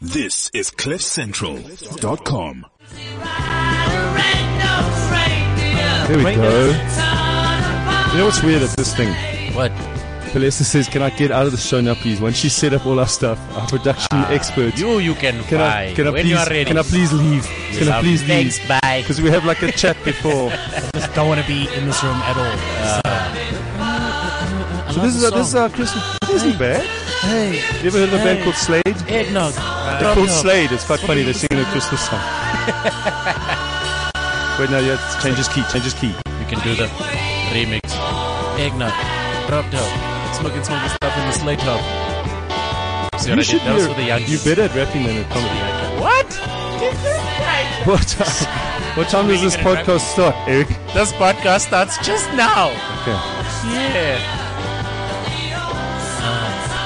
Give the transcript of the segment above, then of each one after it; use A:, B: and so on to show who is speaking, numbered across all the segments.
A: This is CliffCentral.com.
B: There we go. You
C: You
B: know what's weird at this thing?
D: What?
B: Palesta says, Can I get out of the show now, please? Once she set up all our stuff, our production experts.
D: Ah, You you can,
B: can
D: buy
B: I, can I
D: when
B: please,
D: you are ready.
B: Can I please leave? Can I
D: Um,
B: please
D: Thanks,
B: leave?
D: bye.
B: Because we have like a chat before.
E: don't want to be in this room at all.
B: so this is, our, this is our Christmas. It isn't bad. You ever heard of a band called Slade? They're
D: Eggnog.
B: called Slade. It's quite funny. They're singing a Christmas song. Wait, no, yeah, it's- change his key, change his key.
D: You can do the remix. Eggnog. Drop dog. Smoking, smoking stuff in the slate top. See what I did? That was for the young
B: you better at rapping than at comedy.
D: What?
B: What time, what time does this podcast start, Eric?
D: This podcast starts just now.
B: Okay.
D: Yeah.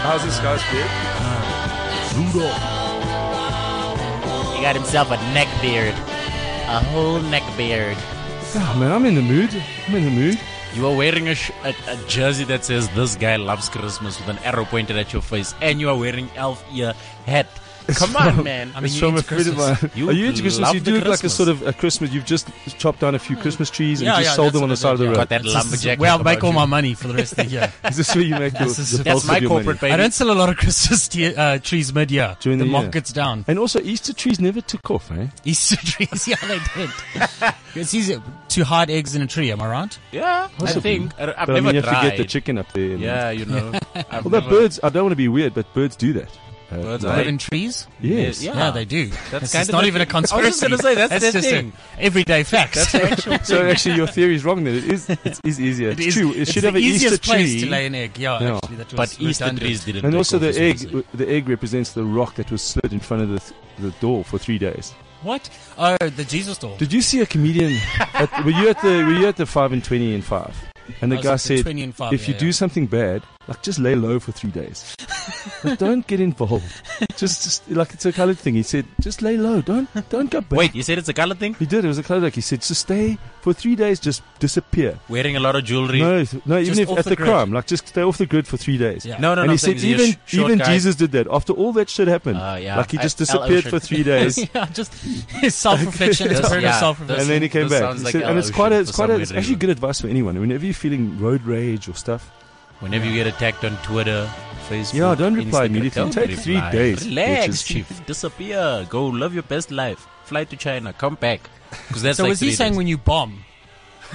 B: How's this guy's beard?
D: He got himself a neck beard. A whole neck beard.
B: Oh, man, I'm in the mood. I'm in the mood.
D: You are wearing a, sh- a, a jersey that says "This guy loves Christmas" with an arrow pointed at your face, and you are wearing elf ear hat. Come on, man! I mean,
B: it's
D: you
B: from
D: into
B: a friend of
D: Christmas.
B: mine. Are you into Christmas?
D: love
B: You
D: the
B: do it like a
D: Christmas.
B: sort of a Christmas. You've just chopped down a few Christmas trees and
E: Yeah,
B: just
E: yeah,
B: sold
E: that's
B: them on the
E: what
B: side
E: I
B: of the
E: do, yeah.
D: got
B: road.
D: that lumberjack.
E: Where I
D: look
E: make
D: about
E: all
D: you.
E: my money for the rest of the year.
B: Is this where you make your,
E: This is-
B: the
D: That's
B: bulk
D: my
B: of your money?
D: corporate baby.
E: I don't sell a lot of Christmas te- uh, trees mid-year.
B: During
E: the,
B: the year.
E: market's down.
B: And also, Easter trees never took off, eh?
E: Easter trees, yeah, they didn't. it's easier to hide eggs in a tree. Am I right?
D: yeah, I
B: Possibly.
D: think I, I've
B: but I
D: never
B: mean, you have
D: tried.
B: to get the chicken up there. and-
D: Yeah, you know. I've
B: Although
D: never-
B: birds, I don't want to be weird, but birds do that. Uh,
D: Birds
B: no.
D: are-
E: Live in trees.
B: Yes.
D: Yeah.
E: Yeah, they do. That's
D: kind
E: it's
D: of
E: not
D: a
E: even a
D: thing. I was just
E: conspiracy.
D: gonna say, that's their
E: just a
D: thing.
E: everyday fact.
D: That's the actual
B: So actually, your theory is wrong. Then it is. It is easier.
E: It
B: it's
E: is-
B: true. It
E: it's
B: should
E: the
B: have an
E: easiest
B: Easter
E: place
B: tree.
E: to lay an egg. Yeah,
B: Yeah.
E: actually, that was
D: But Easter
E: redundant.
D: trees didn't.
B: And
D: take
B: also,
D: off,
B: the
D: is
B: egg
D: what I'm
B: the egg represents the rock that was slid in front of the, the door for three days.
E: What? Oh, the Jesus doll.
B: Did you see a comedian? at, were you at the were you at the five and twenty and five? And the
E: I was
B: guy
E: at the
B: said,
E: 20 and five,
B: if
E: yeah,
B: you do
E: yeah.
B: something bad, like just lay low for three days. But don't get involved. Just, just like it's a colored thing. He said, just lay low. Don't don't go
D: saying.
B: back.
D: Wait, you said it's a color thing?
B: He did. It was a colored like he said, just stay for three days. Just disappear.
D: Wearing a lot of jewelry.
B: No, no. Even
E: Just
B: if
E: off
B: at
E: the
B: the,
E: grid.
B: crime, like just stay off the grid for three days.
E: Yeah.
D: no, no.
B: and he
D: no, I'm
B: said
D: saying he's a
B: even
D: sh- short
B: even
D: guy.
B: Jesus did that. After all that shit happened,
D: Uh, yeah.
B: like he
D: I-
B: just
D: Al
B: disappeared
D: Ocean.
B: for three days,
E: yeah, just his self-reflection. It's a
D: That's-
E: period
D: yeah,
E: of self-reflection.
B: and then he came
D: This
B: back.
D: sounds
B: He
D: like
B: said-
D: Al
B: and it's
D: Ocean
B: quite a, it's
D: for
B: quite
D: some
B: a,
D: weird
B: it's actually
D: reason.
B: good advice for anyone. Whenever you're feeling road rage or stuff,
D: Whenever you get attacked on Twitter, Facebook,
B: Yeah, don't reply
D: Instagram,
B: immediately.
D: don't
B: Take three
D: reply.
B: days,
D: Relax,
B: bitches.
D: chief. Disappear. Go live your best life. Fly to China. Come back. 'Cause that's
E: So
D: like
E: was he
D: three
E: saying
D: days.
E: when you bomb,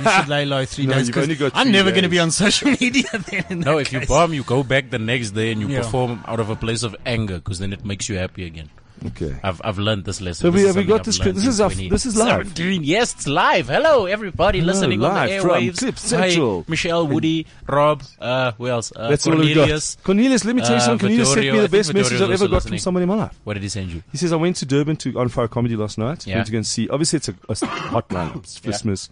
E: you should lay low three
B: No,
E: days?
B: you've
E: 'Cause
B: only got
E: I'm
B: three
E: never going to
B: days.
E: be on social media then. in
D: No,
E: that
D: if you
E: case.
D: bomb, you go back the next day and you
E: Yeah.
D: perform out of a place of anger because then it makes you happy again.
B: okay.
D: I've I've learned this lesson.
B: So
D: This
B: we
D: is
B: have we
D: something
B: got
D: I've
B: this.
D: learned
B: This
D: in
B: is our
D: 20.
B: this is live.
D: Seventeen. Yes, it's live. Hello, everybody
B: Hello,
D: listening on the
B: live from
D: airwaves.
B: Clip
D: Hi,
B: Central.
D: Michelle, Woody, Rob, uh, who else? Uh,
B: That's all we've
D: Cornelius.
B: got. Cornelius, let me tell you
D: Uh,
B: something. Cornelius sent
D: Vittorio.
B: me
D: I
B: the
D: think
B: best message
D: Vittorio's
B: I've ever
D: also
B: got from
D: listening.
B: somebody in my life.
D: What did he send you?
B: He says I went to Durban to on fire comedy last night.
D: Yeah.
B: Went to go and see. Obviously, it's a, a hotline. It's Christmas.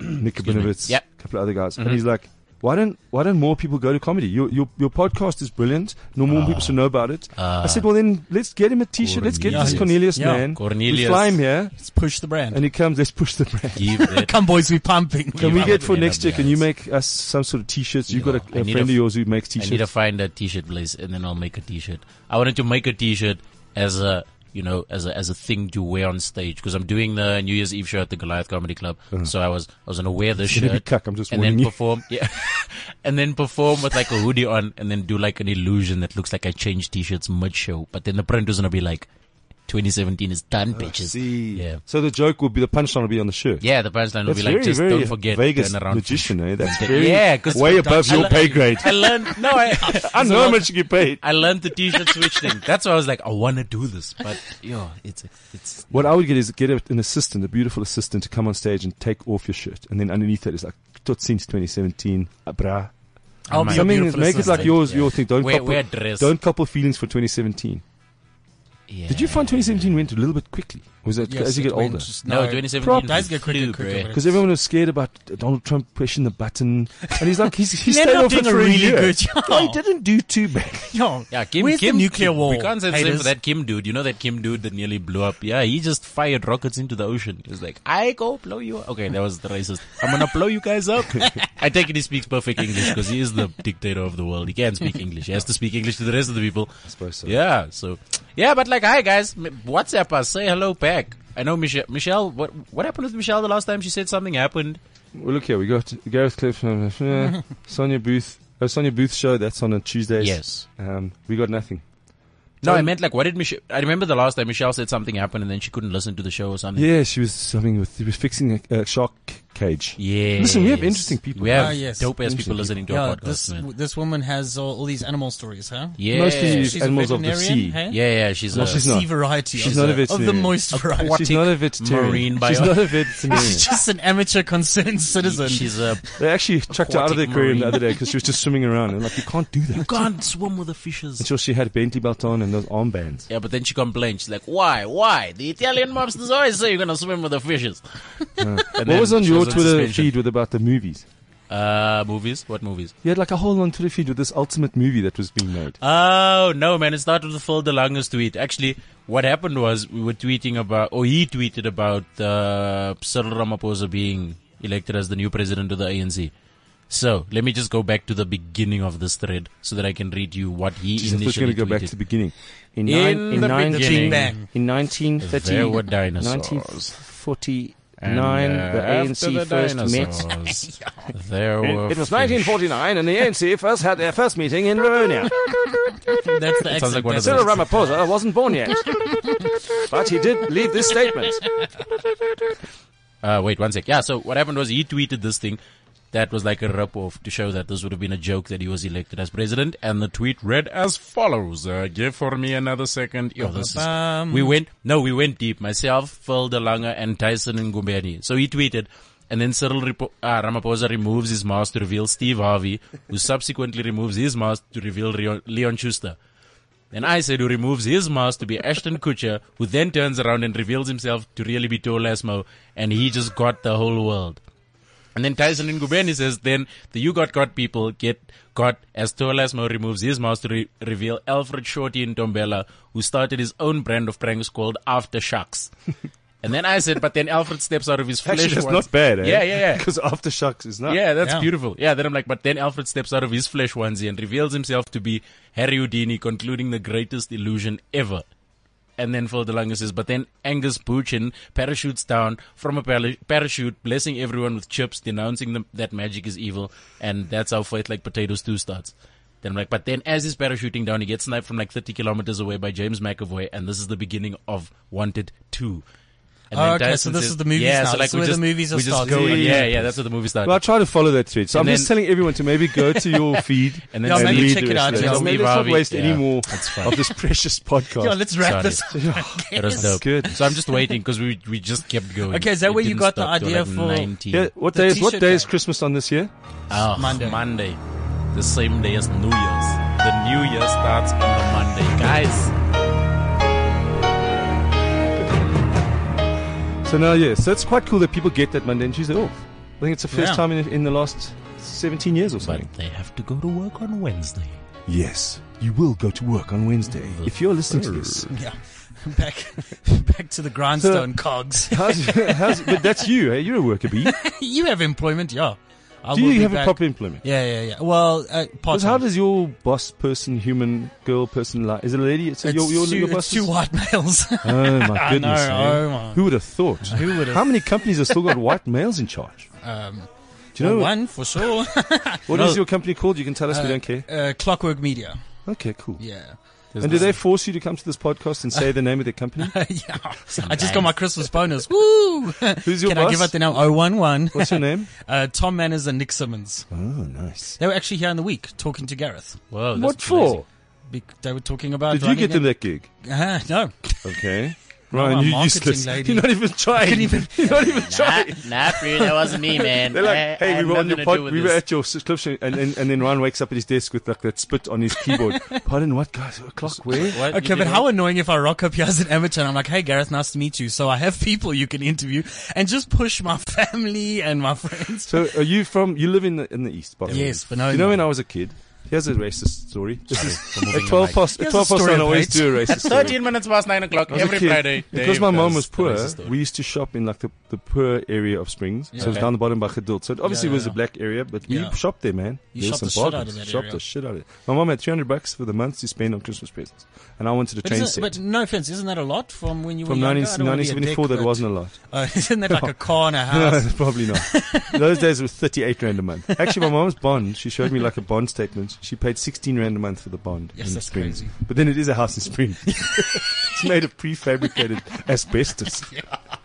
B: Nick Kabinovitz,
D: Yep.
B: a couple of other guys, and
D: Mm-hmm.
B: he's like, "Why don't Why don't more people go to comedy? Your Your, your podcast is brilliant. No more people
D: Ah.
B: should know about it." I said, "Well, then let's get him a T-shirt. Let's get this Cornelius
E: Cornelius. Yeah.
B: man. We
D: Cornelius.
B: fly him here,
E: Let's push the brand.
B: and he comes. Let's push the brand."
D: Give that.
E: Come, boys, we pumping.
B: Can we
D: I'm
B: get for
D: gonna
B: next year? Can you make us some sort of T-shirts? You've got a,
D: I
B: a
D: need
B: friend
D: a-
B: of yours who makes
D: I need to
B: T-shirts.
D: find a t-shirt place and then I'll make a t-shirt. I wanted to make a t-shirt as a you know as a as a thing to wear on stage because I'm doing the New Year's Eve show at the Goliath Comedy Club. So I was I was gonna wear this
B: Uh-huh. gonna be
D: shirt
B: cuck, I'm just
D: and then
B: warning you.
D: perform yeah, and then perform with like a hoodie on and then do like an illusion that looks like I changed t-shirts mid show, but then the print was gonna be like 2017 is done,
B: Oh,
D: bitches. Yeah.
B: So the joke will be the punchline will be on the shirt.
D: Yeah, the punchline will
B: That's
D: be like,
B: very,
D: just
B: very
D: don't forget,
B: Vegas
D: turn around.
B: magician, eh? That's
D: Yeah,
B: very
D: yeah, 'cause
B: way above your pay grade.
D: I learned, no, I,
B: I know how much you get paid.
D: I learned the t-shirt switch thing. That's why I was like, I want to do this, but yo, it's it's
B: What I would get is get a- an assistant, a beautiful assistant, to come on stage and take off your shirt, and then underneath it is like tot since uh, 2017, abra.
E: I'll be your
B: Something
E: beautiful
B: that make it
E: assistant.
B: like yours, your thing. Don't
D: Wear-
B: couple,
D: wear dress.
B: don't couple feelings for 2017.
D: yeah.
B: Did you find 2017 went a little bit quickly? Was that
E: Yes,
B: as you
E: it
B: get
E: went
B: older?
E: just-
D: No, 2017
E: Prob- does get
D: flew,
E: quicker, quicker.
D: bruh.
E: but
B: Because
E: it's-
B: everyone was scared about Donald Trump pushing the button, and he's like, he's, he
E: He ended
B: stayed
E: up
B: off it
E: doing a
B: for a
E: really
B: year.
E: good job.
B: No, he didn't do too bad.
E: Yo,
D: Yeah, Kim,
E: where's
D: Kim
E: the nuclear war?
D: We can't say the same
E: haters?
D: for that Kim dude. You know that Kim dude that nearly blew up. Yeah, he just fired rockets into the ocean. He was like, "I go blow you." up. Okay, that was the racist. I'm gonna blow you guys up. I take it he speaks perfect English because he is the dictator of the world. He can speak English. He has to speak English to the rest of the people. I
B: suppose so.
D: Yeah, so Yeah, but like, hi guys, M- WhatsApp us, say hello back. I know Michelle. Michelle, what what happened with Michelle the last time? She said something happened.
B: Well, look here. We got Gareth Clipson, eh, Sonia Booth. Oh, Sonia Booth show. That's on a Tuesdays.
D: Yes.
B: Um, we got nothing.
D: No, I meant like, what did Michelle? I remember the last time Michelle said something happened, and then she couldn't listen to the show or something.
B: Yeah, she was something with. She was fixing a, a shark cage.
D: Yeah.
B: Listen, we have interesting people.
D: We have
E: Ah, yes.
D: dope ass people
B: Interesting
D: listening to
E: Yeah,
D: our podcast.
E: this
D: man.
E: this woman has all, all these animal stories, huh?
D: Yeah.
B: Mostly-
E: She's
B: Animals
E: a
B: of the sea.
E: veterinarian, Hey?
D: yeah, yeah. She's a,
B: she's
E: sea
B: not.
E: variety.
B: She's not
E: of,
B: a
E: the- of
B: veterinarian.
E: the moist variety.
B: She's not a vegetarian.
D: marine
B: She's
D: bio-
B: not a veterinarian.
E: She's just an amateur concerned citizen.
D: she's a.
B: they actually chucked her out of the
D: Aquatic
B: aquarium the
D: marine.
B: other day because she was just swimming around and like you can't do that.
D: Can't swim with the fishes.
B: Until she had a Bentley belt on and those armbands.
D: Yeah, but then she complained. She's like, "Why? Why? The Italian mobsters always say you're gonna swim with the fishes." And
B: What
D: then
B: was on
D: she
B: your Twitter
D: suspension.
B: feed with about the movies?
D: Uh, movies? What movies?
B: You had like a whole on Twitter feed with this ultimate movie that was being made.
D: Oh no, man! It started with Phil DeLonge's tweet. Actually, what happened was we were tweeting about, or he tweeted about uh, Cyril Ramaphosa being elected as the new president of the ANC. So let me just go back to the beginning of this thread so that I can read you what he
B: Jesus, I was going
D: initially
B: to go back to
D: tweeted.
B: the beginning. In,
D: In the beginning,
E: bang.
B: in 1930,
D: There were dinosaurs.
B: Oh, 1949,
D: And, uh,
B: the
D: after
B: ANC
D: the
B: first met.
D: dinosaurs, there were
B: It was
D: fish.
B: 1949, and the ANC first had their first meeting in Rivonia.
E: That's the
D: Sounds like
E: accent.
D: one of
E: That's-
B: Cyril Ramaphosa wasn't born yet, but he did leave this statement.
D: Uh, wait one sec. Yeah, so what happened was he tweeted this thing that was like a rip off to show that this would have been a joke that he was elected as president. And the tweet read as follows. Uh, give for me another second. Yo, Oh, this is,
E: Ba-ba-bum.
D: we went, no, we went deep. Myself, Phil DeLanger, and Tyson Ngumbeni. So he tweeted. And then Cyril Ripo- uh, Ramaphosa removes his mask to reveal Steve Harvey, who subsequently removes his mask to reveal Rio- Leon Schuster. And I said, who removes his mask to be Ashton Kutcher, who then turns around and reveals himself to really be Tol Asmo, and he just got the whole world. And then Tyson Ngubeni says, then the You Got Got people get got as Tol Asmo removes his mask to re- reveal Alfred Shorty in Tombela, who started his own brand of pranks called Aftershocks. and then I said, but then Alfred steps out of his flesh.
B: Actually, that's
D: once-
B: not bad, eh?
D: Yeah, yeah, yeah.
B: Because Aftershocks is not.
D: Yeah, that's
E: Yeah.
D: beautiful. Yeah, then I'm like, but then Alfred steps out of his flesh onesie and reveals himself to be Harry Houdini, concluding the greatest illusion ever. And then Phil DeLonge says, but then Angus Buchan parachutes down from a pala- parachute, blessing everyone with chips, denouncing them that magic is evil, and that's how Fight Like Potatoes 2 starts. Then I'm like, but then as he's parachuting down, he gets sniped from like 30 kilometers away by James McAvoy, and this is the beginning of Wanted 2. And
E: Oh,
D: then
E: okay, so
D: Dyson
E: this
D: says-
E: is the movies
D: yeah,
E: now.
D: So
E: This
D: like
E: is
D: we
E: where the
D: just,
E: movies are
D: we just
E: started.
D: go in.
E: Yeah,
D: Yeah,
E: yeah.
D: yeah, that's where the movie starts.
B: Well, I try to follow that thread, so
D: And
B: I'm just
D: then-
B: telling everyone to maybe go to your feed
D: And then
E: Yeah,
D: just
E: maybe
D: read
E: check
D: the
E: it
D: rest of
E: out, yeah.
B: Let's
E: Just
D: Zombie
B: maybe let's not
D: Barbie.
B: waste any
D: Yeah.
B: more
D: That's fine.
B: of this precious podcast.
E: Yeah, let's wrap
D: Sorry.
E: this.
D: It
B: That's
D: was dope.
B: good.
D: So I'm just waiting because we we just kept going.
E: Okay, is that
D: It
E: where you
D: didn't
E: got the
D: stop till,
E: idea
D: like
E: for-
D: 19.
B: Yeah, what
E: The
B: day is what
E: t-shirt
B: day is
E: guy.
B: Christmas on this year?
D: Oh,
E: Monday.
D: Monday, the same day as New Year's. The New Year starts on the Monday, guys.
B: So now, yeah, so it's quite cool that people get that Monday and Tuesday off. I think it's the first
E: Yeah.
B: time in, in the last 17 years or something.
D: But they have to go to work on Wednesday.
B: Yes, you will go to work on Wednesday if you're listening to this.
E: Yeah. Back, back to the grindstone cogs.
B: How's, how's, but that's you. Hey, you're a worker bee.
E: you have employment, yeah. I
B: Do
E: will
B: you
E: be
B: have a
E: back.
B: proper employment?
E: Yeah, yeah, yeah. Well, uh, part
B: 'Cause how does your boss person, human girl person, like? Is it a lady? So your, your,
E: two,
B: your
E: it's
B: boss
E: two
B: is-
E: white males.
B: Oh my
E: I
B: goodness!
E: know,
B: eh?
E: oh my.
B: Who would have thought?
E: Who would
B: How
E: have?
B: many companies have still got white males in charge?
E: Um,
B: Do you know what
E: one for sure.
B: is your company called? You can tell us. we
E: Uh,
B: don't care.
E: Uh, Clockwork Media.
B: Okay, cool.
E: Yeah.
B: and do they force you to come to this podcast and say the name of their company?
E: yeah. I just got my Christmas bonus. Woo!
B: Who's your
E: Can I
B: boss?
E: give out the name? 011.
B: What's your name?
E: Uh, Tom Manners and Nick Simmons.
B: Oh, nice.
E: They were actually here in the week talking to Gareth.
D: Whoa, that's
B: What
D: crazy.
B: for?
E: Be- they were talking about.
B: Did you get them
E: running
B: that gig?
E: in- Uh, no.
B: Okay.
E: I'm
B: Ryan,
E: a
B: you
E: marketing
B: useless.
E: lady.
B: You're not even trying.
E: Couldn't even-
B: You're not even trying.
D: Nah, free, that wasn't me, man.
B: They're like,
E: Eh,
D: I, I
B: hey,
D: had
B: we were on your
D: nothing to
B: pod,
D: do with
B: we were
D: this.
B: at your subscription, and, and, and then Ryan wakes up at his desk with like that spit on his keyboard. Pardon, what guys? What clock? Where?
D: What? You
E: Okay, but
D: did
E: how
D: what?
E: annoying if I rock up here as an amateur and I'm like, hey, Gareth, nice to meet you. So I have people you can interview and just push my family and my friends.
B: So, are you from? You live in the in the east, by the way.
E: Yes, but no,
B: You know,
E: no.
B: when I was a kid, Here's a racist story. This is-
D: moving
B: at
D: on,
B: 12
D: Mike.
B: past, at
E: Here's
B: 12
E: a
B: past nine,
E: story
B: I
E: of
B: always
E: hate.
B: do a racist story.
D: 13 minutes past 9 o'clock
B: As a
D: every
B: kid,
D: Friday.
B: Because my mom
D: mom
B: was poor, we used to shop in like the, the poor area of Springs. So it was
D: Okay.
B: down the bottom by Geduld. So it obviously
E: yeah,
B: was a
E: yeah.
B: black area, but we
E: Yeah.
B: shopped there, man.
E: You
B: There was
E: shopped the
B: some
E: shit out
B: bargains.
E: of that
B: Shopped
E: area.
B: the shit out of it. My mom had 300 bucks for the month to spend on Christmas presents. And I wanted a
E: But,
B: train
E: isn't-
B: set.
E: but no offense, isn't that a lot from when you were
B: From
E: younger?
B: 19,
E: I don't wanna be a
B: 1974,
E: dick,
B: that
E: but,
B: wasn't a lot.
E: Uh, isn't that like a car and a
B: No,
E: house?
B: probably not. Those days it was 38 rand a month. Actually, my mom's bond, she showed me like a bond statement. She paid 16 rand a month for the bond.
E: Yes,
B: in
E: that's
B: Springs.
E: crazy.
B: But then it is a house in Springs. it's made of prefabricated asbestos.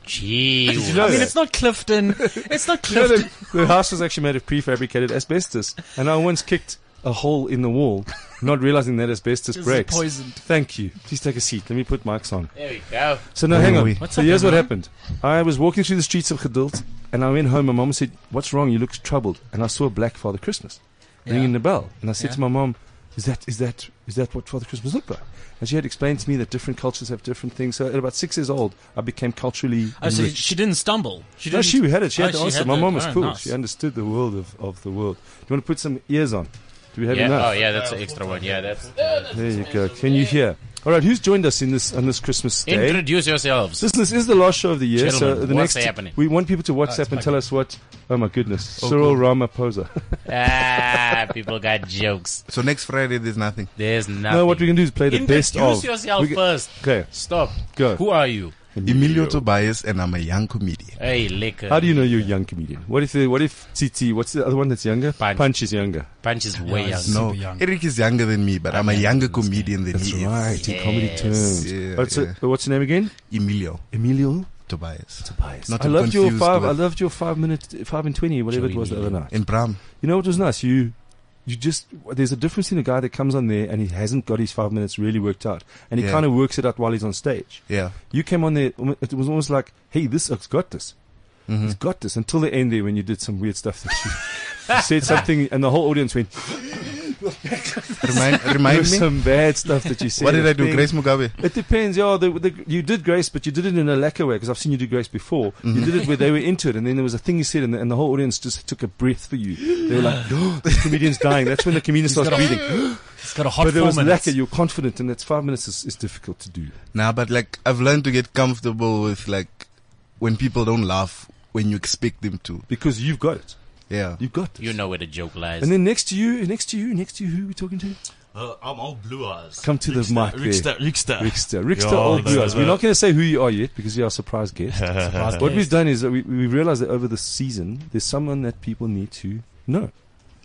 D: Gee.
B: you know
E: I mean,
B: that?
E: it's not Clifton. It's not
B: No,
E: Clifton.
B: the, the house was actually made of prefabricated asbestos, and I once kicked a hole in the wall, not realizing that asbestos
E: This is
B: breaks.
E: poisoned.
B: Thank you. Please take a seat. Let me put mics on.
D: There we go.
B: So now, hang on.
C: we-
E: What's
B: so
E: up,
B: here's what
E: everyone?
B: happened. I was walking through the streets of Gedult, and I went home. My mom said, "What's wrong? You look troubled." And I saw Black Father Christmas ringing the bell, and I said
E: Yeah.
B: to my mom, "Is that is that is that what Father Christmas looked like?" And she had explained to me that different cultures have different things. So at about six years old, I became culturally
E: Oh, so
B: enriched.
E: she didn't stumble. She
B: No,
E: didn't.
B: she had it. She had
E: Oh,
B: the
E: she
B: answer.
E: had
B: My
E: the-
B: mom was
E: oh,
B: cool.
E: nice.
B: She understood the world of, of the world. Do you want to put some ears on? Do we have
D: Yeah. Oh,
B: enough?
D: yeah, that's an extra one. Yeah, that's.
B: There you go. Can you hear? All right, who's joined us in this on this Christmas day?
D: Introduce yourselves.
B: Listen, this is the last show of the year, so
D: Gentlemen,
B: the
D: what's
B: next
D: happening? Oh,
B: we want people to WhatsApp and tell us what. Oh my goodness, Cyril Ramaphosa.
D: ah, people got jokes.
C: So next Friday there's nothing.
D: There's nothing.
B: no, what we can do is play the best of.
D: Introduce yourself
B: We can-
D: first.
B: Okay,
D: Stop.
B: Go.
D: Who are you?
C: Emilio Tobias and I'm a young comedian.
D: Hey, liquor.
B: how do you know you're a young comedian? What if the, what if TT? What's the other one that's younger?
D: Punch.
B: is younger.
D: Punch is way
E: Yeah,
D: out.
E: it's-
C: No,
E: Super young.
C: Eric is younger than me, but I'm a younger comedian than
B: That's
C: he
B: right, in comedy
D: Yes.
B: terms.
C: Yeah,
B: What's it- what's your name again?
C: is. Emilio
B: Emilio
C: Tobias. Not
B: I
C: to
B: loved your
C: confuse
B: five.
C: with-
B: I loved your five minute, five and twenty, whatever it
D: Joey
B: was the other
D: Media.
B: night.
C: In Bram.
B: You know what was nice? You, you just there's a difference in a guy that comes on there and he hasn't got his five minutes really worked out, and he
C: Yeah.
B: kind of works it out while he's on stage.
C: Yeah.
B: You came on there, almo- it was almost like, hey, this has got this.
C: Mm-hmm.
B: He's got this until the end there when you did some weird stuff that you, you said something and the whole audience went,
C: Remind,
B: there
C: remind
B: was
C: me.
B: some bad stuff that you said.
C: What did I do?
B: Thing-
C: Grace Mugabe.
B: It depends. Yeah, the, the, you did Grace, but you did it in a lacquer way because I've seen you do Grace before. You did it where they were into it, and then there was a thing you said, and the, and the whole audience just took a breath for you. They were like, "Oh, this comedian's dying." That's when the comedian starts
E: got a-
B: breathing.
E: It's got a hot
B: But it
E: four
B: was
E: minutes.
B: lacquer. You're confident, and that's five minutes is, is difficult to do.
C: Nah, but like I've learned to get comfortable with like when people don't laugh when you expect them to.
B: because you've got it.
C: Yeah.
B: You've got it.
D: You know where the joke lies.
B: And then next to you, next to you, next to you, who are we talking to?
F: Uh, I'm all blue eyes.
B: Come to the mic there.
F: Rickster, Rickster.
B: Rickster. Rickster
F: Yeah,
B: Old
F: no,
B: Blue Eyes.
F: no,
B: We're
F: no.
B: not going to say who you are yet because you're a surprise guest.
E: Surprise
B: What
E: guest.
B: we've done is that we, we realized that over the season, there's someone that people need to know.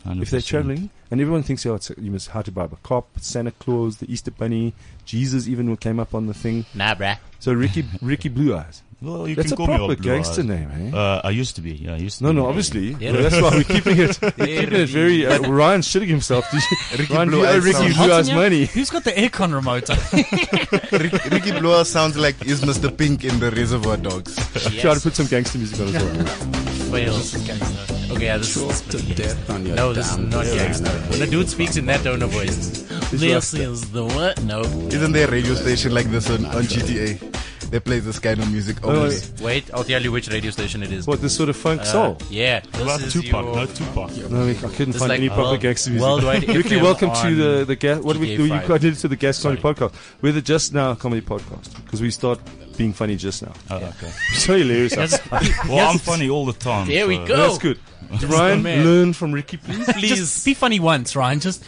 B: If they're traveling, and everyone thinks, oh, it's, you must how to bribe a cop, Santa Claus, the Easter Bunny, Jesus even came up on the thing.
D: nah, bruh.
B: So Ricky Ricky Blue Eyes.
F: Well, you
B: That's a
F: can call me all
B: proper
F: blue
B: gangster
F: eyes.
B: name, eh?
F: Uh, I used to be. Yeah, I used to
B: No,
F: be.
B: no, obviously.
D: Yeah.
B: Well, that's why we're keeping it, keeping it very. Uh, Ryan's shitting himself.
C: Ricky
B: Ryan,
C: Blue
B: you owe
C: Eyes
B: Ricky Blue
C: sounds-
E: Hot in
B: Eyes
E: here?
B: money.
E: Who's got the aircon remote?
C: Ricky, Ricky Blower sounds like is Mr. Pink in the Reservoir Dogs.
B: Try to put some gangster music on as well.
D: Fails. Okay, yeah, this is pretty gangster.
G: death on your
D: No, this is
G: damn
D: not
G: piano.
D: gangster. When a dude speaks in that tone of voice, this is the what? No.
C: Isn't there a radio station like this on, on GTA? They play this kind of music
B: Oh,
C: only.
D: Wait, I'll tell you which radio station it is.
B: What this sort of funk
D: Uh,
B: soul?
D: Yeah, this
F: What about
D: is
F: Tupac?
D: your-
F: No, Tupac.
B: No, I couldn't
D: It's
B: find
D: like
B: any proper
D: world-
B: gangster music.
D: worldwide
B: Ricky,
D: FM
B: welcome to
D: on
B: the the gas. What do we
D: GTA
B: do? You
D: five.
B: I did it to the gas Tony
D: Sorry.
B: podcast. We're the Just Now comedy podcast because we start being funny just now.
F: Oh, okay.
B: so hilarious.
F: Well, I'm funny all the time.
D: There we
F: so-
D: go.
B: That's good. Ryan,
D: man.
B: learn from Ricky, please.
E: Just
D: Please.
E: be funny once, Ryan. Just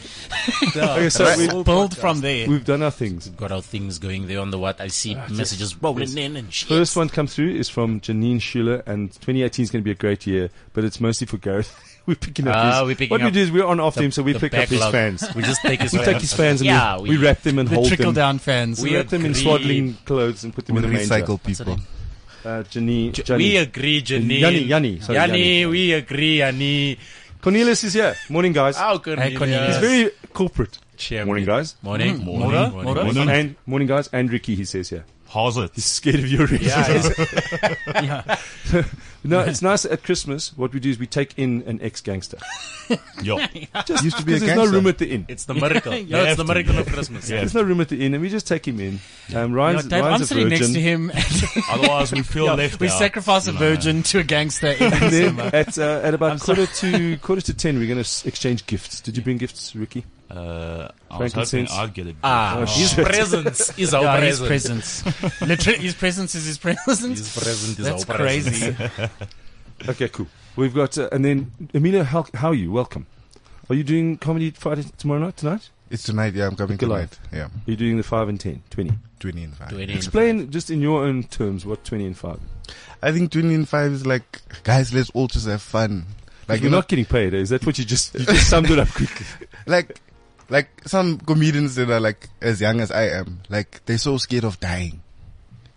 B: okay, so we've,
E: build from there.
B: we've done our things.
D: Got our things going there on the what? I see messages rolling in and shit.
B: Ah, First one come through is from Janine Schuler, and 2018 is going to be a great year, but it's mostly for Gareth. we're picking up.
D: Ah,
B: his-
D: we're picking
B: what we
D: up
B: do is we're on off him, so we
D: the
B: pick up his
D: backlog.
B: fans.
D: We just take his
B: We take his fans and
D: Yeah,
B: we,
D: we-
B: we wrap them and
E: The
B: hold
E: trickle
B: them.
E: down fans.
B: We
D: We
B: wrap them in
D: agree.
B: swaddling clothes and put them
C: We
B: in the manger.
C: recycle people.
B: Uh, Janine,
D: We
B: Janine.
D: agree, Janine.
B: Yanni, Yanni, sorry, Yanni.
D: Yanni, we agree, Yanni.
B: Cornelius is here. Morning, guys.
D: How could
E: Hey, Cornelius.
B: He's very corporate. Morning, guys.
D: Morning.
E: Mora?
D: Morning.
E: Mora?
F: Morning.
B: And morning, guys. And Ricky, he says here.
F: How's it?
B: He's scared of your Ricky.
E: Yeah.
B: No, it's nice at Christmas. What we do is we take in an ex gangster.
F: Yo.
B: Just
C: Used to be a
B: because there's no
C: gangster.
B: room at the inn.
D: It's the miracle. No,
F: have
D: it's the
F: to,
D: miracle
F: yeah.
D: of Christmas.
F: Yeah.
B: There's no room at the inn, and we just take him in. Um,
E: Yeah,
B: Ryan's,
E: Dave,
B: Ryan's
E: I'm
B: a
E: sitting
B: virgin.
E: next to him.
F: Otherwise, we feel left
E: we
F: out.
E: sacrifice a
F: You know.
E: virgin to a gangster. every
B: And then
E: summer.
B: at uh, at about
E: I'm
B: quarter to quarter to ten, we're going to s- exchange gifts. Did you bring gifts, Ricky?
F: Uh, I was hoping
B: Frankincense.
F: I'd get it.
D: Ah,
B: Oh,
D: his
B: shit.
D: presence is our
E: Yeah, his
D: presence.
E: presence. Literally, his presence is his presence.
D: His presence is
E: That's
D: our presence.
E: crazy.
B: Okay, cool. We've got, uh, and then Emilio, how, how are you? Welcome. Are you doing comedy Friday tomorrow night, tonight?
C: It's tonight, yeah, I'm coming
B: Goliath.
C: tonight. Yeah,
B: Are you doing the 5 and 10, 20?
C: 20 and 5.
D: 20.
B: Explain just in your own terms what 20 and 5.
C: I think 20 and 5 is like, guys, let's all just have fun. Like,
B: Like
C: you
B: you're
C: know,
B: not getting paid. eh? Is that what you just, you just summed it up quickly?
C: like, like some comedians that are like as young as I am, like they're so scared of dying.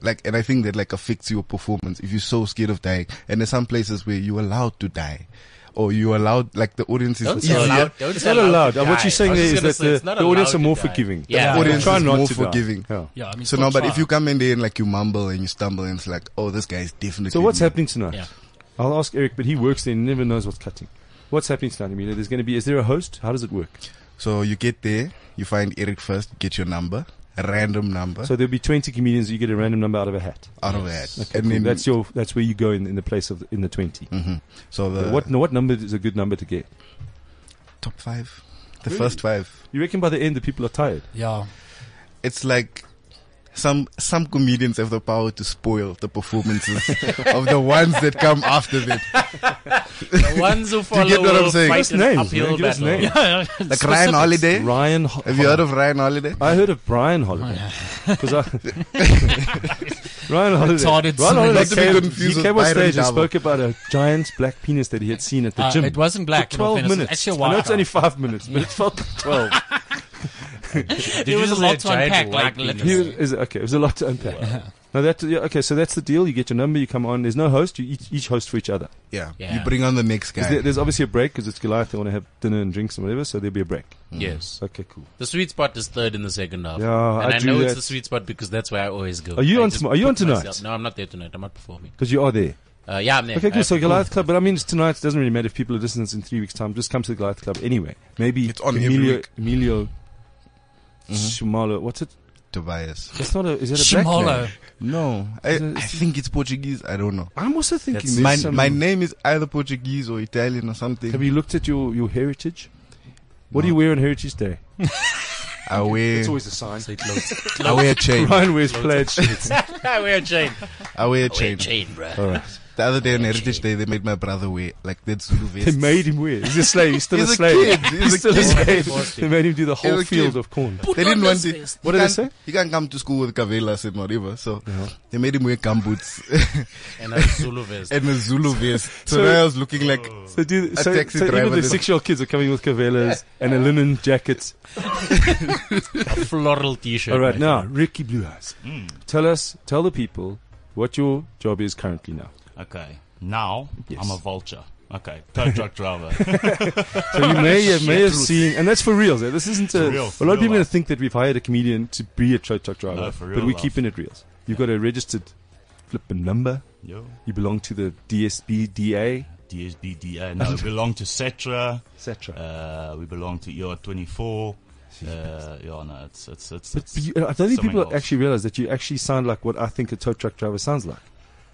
C: Like, and I think that like affects your performance if you're so scared of dying. And there's some places where you're allowed to die. Or you're allowed, like the audience is
D: Don't say
C: easier.
D: allowed. Don't
B: It's
D: say
B: not allowed.
D: to
B: Uh, What
D: die.
B: you're saying
D: I was
B: there
D: just
B: is
D: gonna
B: that
D: say
B: the,
D: it's not
B: the audience
D: allowed
B: are more
D: to die.
B: forgiving.
D: Yeah.
C: The audience
B: Try
C: is
B: not
C: more
B: to die.
C: forgiving.
B: Yeah.
E: Yeah, I mean,
C: So
E: no,
C: now, but if you come in there and like you mumble and you stumble and it's like, oh, this guy is definitely.
B: So what's happening tonight?
D: Yeah.
B: I'll ask Eric, but he works there and never knows what's cutting. What's happening tonight, Emilio? There's going to be, is there a host? How does it work?
C: So you get there, you find Eric first, get your number, a random number
B: So there'll be 20 comedians. You get a random number out of a hat.
C: out of that,
B: Okay,
C: and
B: cool.
C: then Mm-hmm.
B: that's your, that's where you go in, in the place of, in the 20.
C: so the
B: what, no, what number is a good number to get?
C: top five, the first five.
B: You reckon by the end the people are tired?
E: yeah,
C: It's like some some comedians have the power to spoil the performances of the ones that come after that.
D: The ones who follow
C: get what I'm
D: will
C: saying?
D: fight
B: Give us
D: an
B: names, man.
D: uphill
B: Give us
D: battle.
B: names.
E: yeah.
C: Like Ryan Holiday.
B: Ryan. Ho-
C: Eh? have you heard of Ryan Holiday?
B: I heard of Brian Holiday.
E: Oh,
B: Because I. Ryan Holiday.
E: Retarded
B: Ryan Holiday
C: Not to be
B: came,
C: confused
B: he
C: with
B: came on
C: Byron
B: stage and
C: Darbo.
B: spoke about a giant black penis that he had seen at the
E: Uh,
B: gym.
E: it wasn't black.
B: For
E: in all
B: 12
E: fairness.
B: minutes.
E: It's actually a
B: I know
E: white
B: it's only 5 minutes, but it felt like 12.
D: Did
E: It
D: you
E: was
D: just
E: a
D: say
E: lot to
D: giant
E: unpack,
D: white
E: like,
D: penis?
E: literally.
B: He was- is it- okay, it was a lot to unpack. Now that, yeah, okay, so that's the deal. You get your number, you come on. There's no host, you each, each host for each other.
C: Yeah.
D: Yeah.
C: you bring on the next
B: 'Cause
C: guy.
B: there- there's obviously a break because it's Goliath, they want to have dinner and drinks and whatever, so there'll be a break.
D: Yes.
B: Okay, cool.
D: The sweet spot is third in the second half.
B: Yeah,
D: and
B: I
D: I,
B: do
D: know it's
B: that.
D: the sweet spot because that's where I always go.
B: Are you
D: I
B: on
D: just
B: tom- are you
D: put
B: on tonight?
D: myself- No, I'm not there tonight. I'm not performing.
B: Because you are there.
D: Uh, yeah, I'm there.
B: Okay,
D: I-
B: cool. So Goliath Club, but I mean, it's tonight. It doesn't really matter if people are listening to this in three weeks' time. Just come to the Goliath Club anyway. Maybe
C: It's on every
B: Emilio,
C: week. Mm-hmm.
B: Emilio Shumalo. What's it?
C: Tobias.
B: That's not a. Is that a black name?
E: Shimolo.
C: No, I, I think it's Portuguese. I don't know.
B: I'm also thinking.
D: That's
B: there's
C: My,
B: some-
C: my name is either Portuguese or Italian or something.
B: Have you looked at your your heritage? What do
C: No.
B: you wear on Heritage Day?
C: I wear,
B: always a sign.
D: Say clothes.
C: I wear a chain.
B: Ryan wears plaid shirts.
D: I wear a chain. I
C: I wear a
D: wear a
C: chain.
D: chain, bruh.
C: Oh.
B: All right.
C: The other day on Heritage Day, they made my brother wear like that Zulu
B: They
C: vest.
B: made him wear. He's a slave. He's still
C: He's
B: a
C: a
B: slave.
C: kid. He's a
B: still a
C: kid.
B: slave. They made him do the whole
C: He's a
B: field
C: kid.
B: of corn.
C: They didn't want
D: this
C: it.
D: vest.
B: What did they say?
C: He can't come to school with kavelas and whatever. So they made him wear gumboots
D: And a Zulu vest.
C: and a Zulu vest. So,
B: So-
C: now I was looking like
B: So, do,
C: A
B: so,
C: taxi
B: so even
C: driver
B: the
C: then-
B: six-year-old kids are coming with cavellas and a linen jacket.
D: a floral t-shirt.
B: All right,
D: my
B: now
D: friend.
B: Ricky Blue Eyes,
F: Hmm.
B: tell us, tell the people what your job is currently now.
F: Okay. Now
B: Yes.
F: I'm a vulture. Okay. Tow truck driver.
B: So you may have may have seen, and that's for real. eh? This isn't a.
F: For real,
B: a
F: for
B: lot of people
F: real
B: are going
F: life.
B: to think that we've hired a comedian to be a truck truck driver,
F: No, for real
B: but we're
F: life.
B: keeping it real. You've got a registered flipping number.
F: Yo.
B: You belong to the DSB DA,
F: DSBDA. No, we belong to Setra.
B: etc.
F: Uh, we belong to ER24. Uh, yeah, no, it's, it's, it's,
B: but
F: it's
B: you, I don't think
F: something
B: people
F: else.
B: actually realize that you actually sound like what I think a tow truck driver sounds like.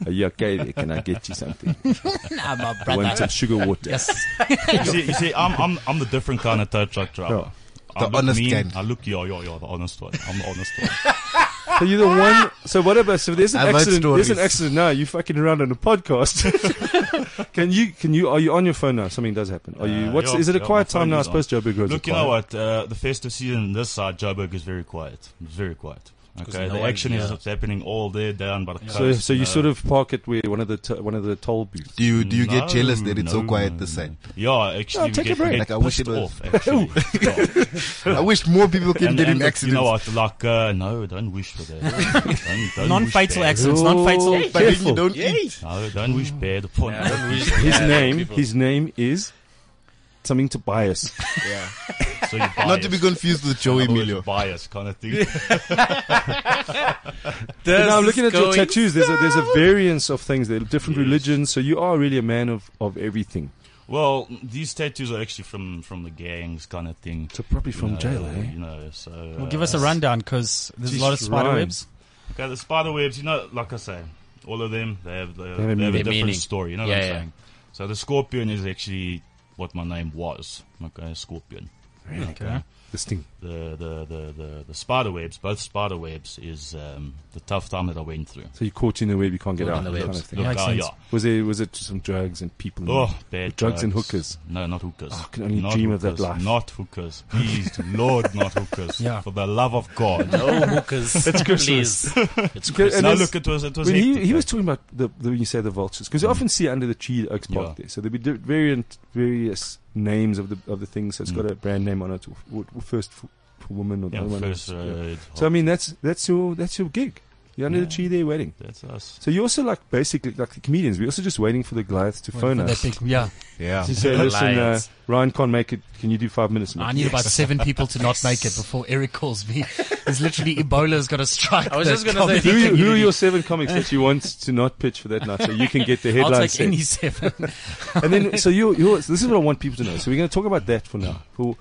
B: Are you okay there? Can I get you something?
E: Nah, my
B: I
E: brother.
B: want some sugar water.
E: Yes.
F: you see, you see I'm, I'm, I'm the different kind of tow truck driver. I
C: The
F: look
C: honest
F: mean,
C: kind.
F: I look, yeah, yeah, yeah, the honest one. I'm the honest one.
B: So you're the one. So whatever. So there's an
C: I've heard
B: accident. There's an
C: stories.
B: accident now. You fucking around on a podcast. can you? Can you? Are you on your phone now? Something does happen. Are you?
F: Uh,
B: What's?
F: yeah,
B: is it a
F: yeah,
B: quiet
F: my phone
B: time now? I
F: is
B: suppose Joburg Road's
F: Look,
B: are
F: you know
B: quiet.
F: what? Uh, the festive season this side, Joburg is very quiet. It's very quiet. Okay,
D: no
F: the
D: one-
F: action is
D: yeah.
F: it's happening all day down by the coast.
B: So, so you
F: No.
B: sort of park it where one of the to- one of the toll booths.
C: do you do you get
F: No,
C: jealous that it's so
F: no,
C: quiet
F: no,
C: this side?
F: Yeah, actually,
B: No,
F: we
B: take a
F: get, we
B: break.
F: get
C: Like, I wish
F: pissed
C: it was-
F: off. Actually, Yeah.
C: I wish more people can
F: and,
C: get
F: and
C: in
F: look, you
C: accidents.
F: know what? Like, uh, no, don't wish for that. Don't- don't wish
E: Non-fatal
F: bad.
E: accidents. Non-fatal.
B: Oh,
C: but then you
B: careful.
C: don't eat.
F: No, don't wish bad upon
D: Yeah,
F: others.
D: yeah,
B: His
D: yeah,
B: name.
D: people.
B: His name is something to bias.
C: Yeah.
F: So you're biased.
C: Not to be confused with Joey
F: Otherwise
C: Emilio.
F: Bias kind of thing.
D: This
B: now I'm looking
D: is
B: at your
D: going
B: tattoos. There's a, there's a variance of things. There are different religions. So you are really a man of, of everything.
F: Well, these tattoos are actually from from the gangs kind of thing.
B: So probably from
F: you know,
B: jail, eh?
F: You know, so uh,
E: Well, give us a rundown because there's a
B: Just
E: lot of spider
B: rhyme.
E: webs.
F: Okay, the spider webs, you know, like I say, all of them, they have, they,
B: have a
F: they have a
B: meaning.
F: different
D: Meaning.
F: story, you know what
D: Yeah,
F: I'm
D: yeah.
F: saying? So the scorpion is actually what my name was. Okay, scorpion. Okay.
B: The sting.
F: the the the the, the spider webs, both spider webs, is um, the tough time that I went through.
B: So you're caught in the web, you can't get
D: Caught
B: out.
D: in the
B: kind
D: webs.
B: of thing.
F: Look,
E: makes
F: uh,
E: sense.
F: yeah.
B: Was there was it some drugs and people? and-
F: Oh, bad
B: Drugs and hookers.
F: No, not hookers.
B: Oh, I can only
F: Not
B: dream of that
F: hookers.
B: life.
F: Not hookers. Please, Lord, not hookers.
E: Yeah.
F: For the love of God.
D: No hookers. It's
B: Christmas.
D: Please. It's Christmas.
B: And
F: no,
B: it's-
F: look, it was it was
B: When he,
F: hectic,
B: he
F: eh?
B: was talking about the, the when you say the vultures because you often see under the tree at Oaks Park
F: Yeah.
B: there, so there'd be di- variant various names of the of the things. So it's got
F: Mm.
B: a brand name on it, or, or, or first for, for women, or the
F: yeah,
B: other one.
F: first. Uh,
B: Yeah.
F: it-
B: So I mean, that's that's your that's your gig. You're under the
F: Yeah.
B: tree there waiting.
F: that's us.
B: So you're also like basically like the comedians. We're also just waiting for the Goliaths to
E: Wait
B: phone
E: for that
B: us.
E: big- yeah.
C: Yeah.
B: To say, listen, uh,
D: Goliaths.
B: Ryan can't make it. Can you do five minutes?
E: I need about seven people to not make it before Eric calls me. It's literally Ebola's got a strike.
D: I was
E: the
D: just gonna say,
E: comedy
B: Who, you- who are
E: community.
B: your seven comics that you want to not pitch for that night so you can get the
E: I'll
B: headlines?
E: take
B: set?
E: any seven.
B: And then, so you, you so this is what I want people to know. So we're going to talk about that for now. For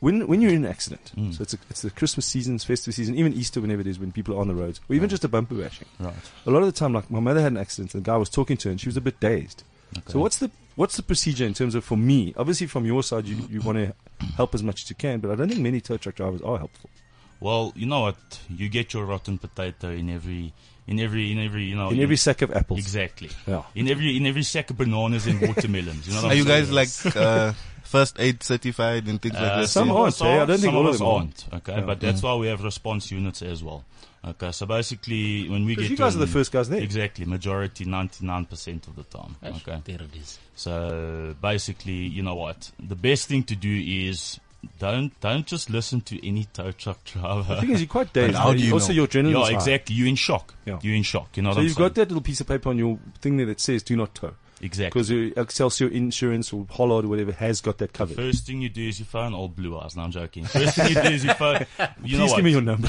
B: when, when you're in an accident,
F: Mm.
B: so it's a, it's the Christmas season, it's festive season, even Easter, whenever it is, when people are on the roads, or even just a bumper bashing.
F: Right.
B: A lot of the time, like my mother had an accident, and the guy was talking to her, and she was a bit dazed. So what's the what's the procedure in terms of for me? Obviously, from your side, you, you want to help as much as you can, but I don't think many tow truck drivers are helpful.
F: Well, you know what? You get your rotten potato in every, in every, in every, Oh, you know,
B: In every sack of apples,
F: exactly.
B: yeah.
F: In every, in every sack of bananas and watermelons. You know what
C: Are
F: I'm
C: you
F: saying?
C: guys like uh, first aid certified and things like
F: Uh,
C: this?
B: Some
C: yeah?
B: are. aren't, eh? I don't
F: some
B: think all of
F: us
B: them Mm. are.
F: aren't. Okay, but that's why we have response units as well. Okay, so basically, when we get
B: Because you
F: to
B: guys are the
F: an-
B: first guys there.
F: exactly majority, ninety nine percent of the time. Okay,
D: There it is.
F: so basically, you know what? The best thing to do is don't don't just listen to any tow truck
B: The
F: driver.
B: thing is, you're quite dazed.
C: how do
B: eh?
C: you
B: also,
C: know?
B: your adrenaline is
F: Yeah,
B: high.
F: exactly. You're in shock.
B: Yeah.
F: You're in shock. You know what
B: So
F: I'm
B: you've
F: saying?
B: got that little piece of paper on your thing there that says "Do not tow."
F: exactly.
B: Because your Excelsior Insurance or Hollard or whatever has got that covered.
F: First thing you do is you phone old Blue Eyes. No, I'm joking. First thing you do is you phone. You know
B: Please
F: what?
B: give me your number.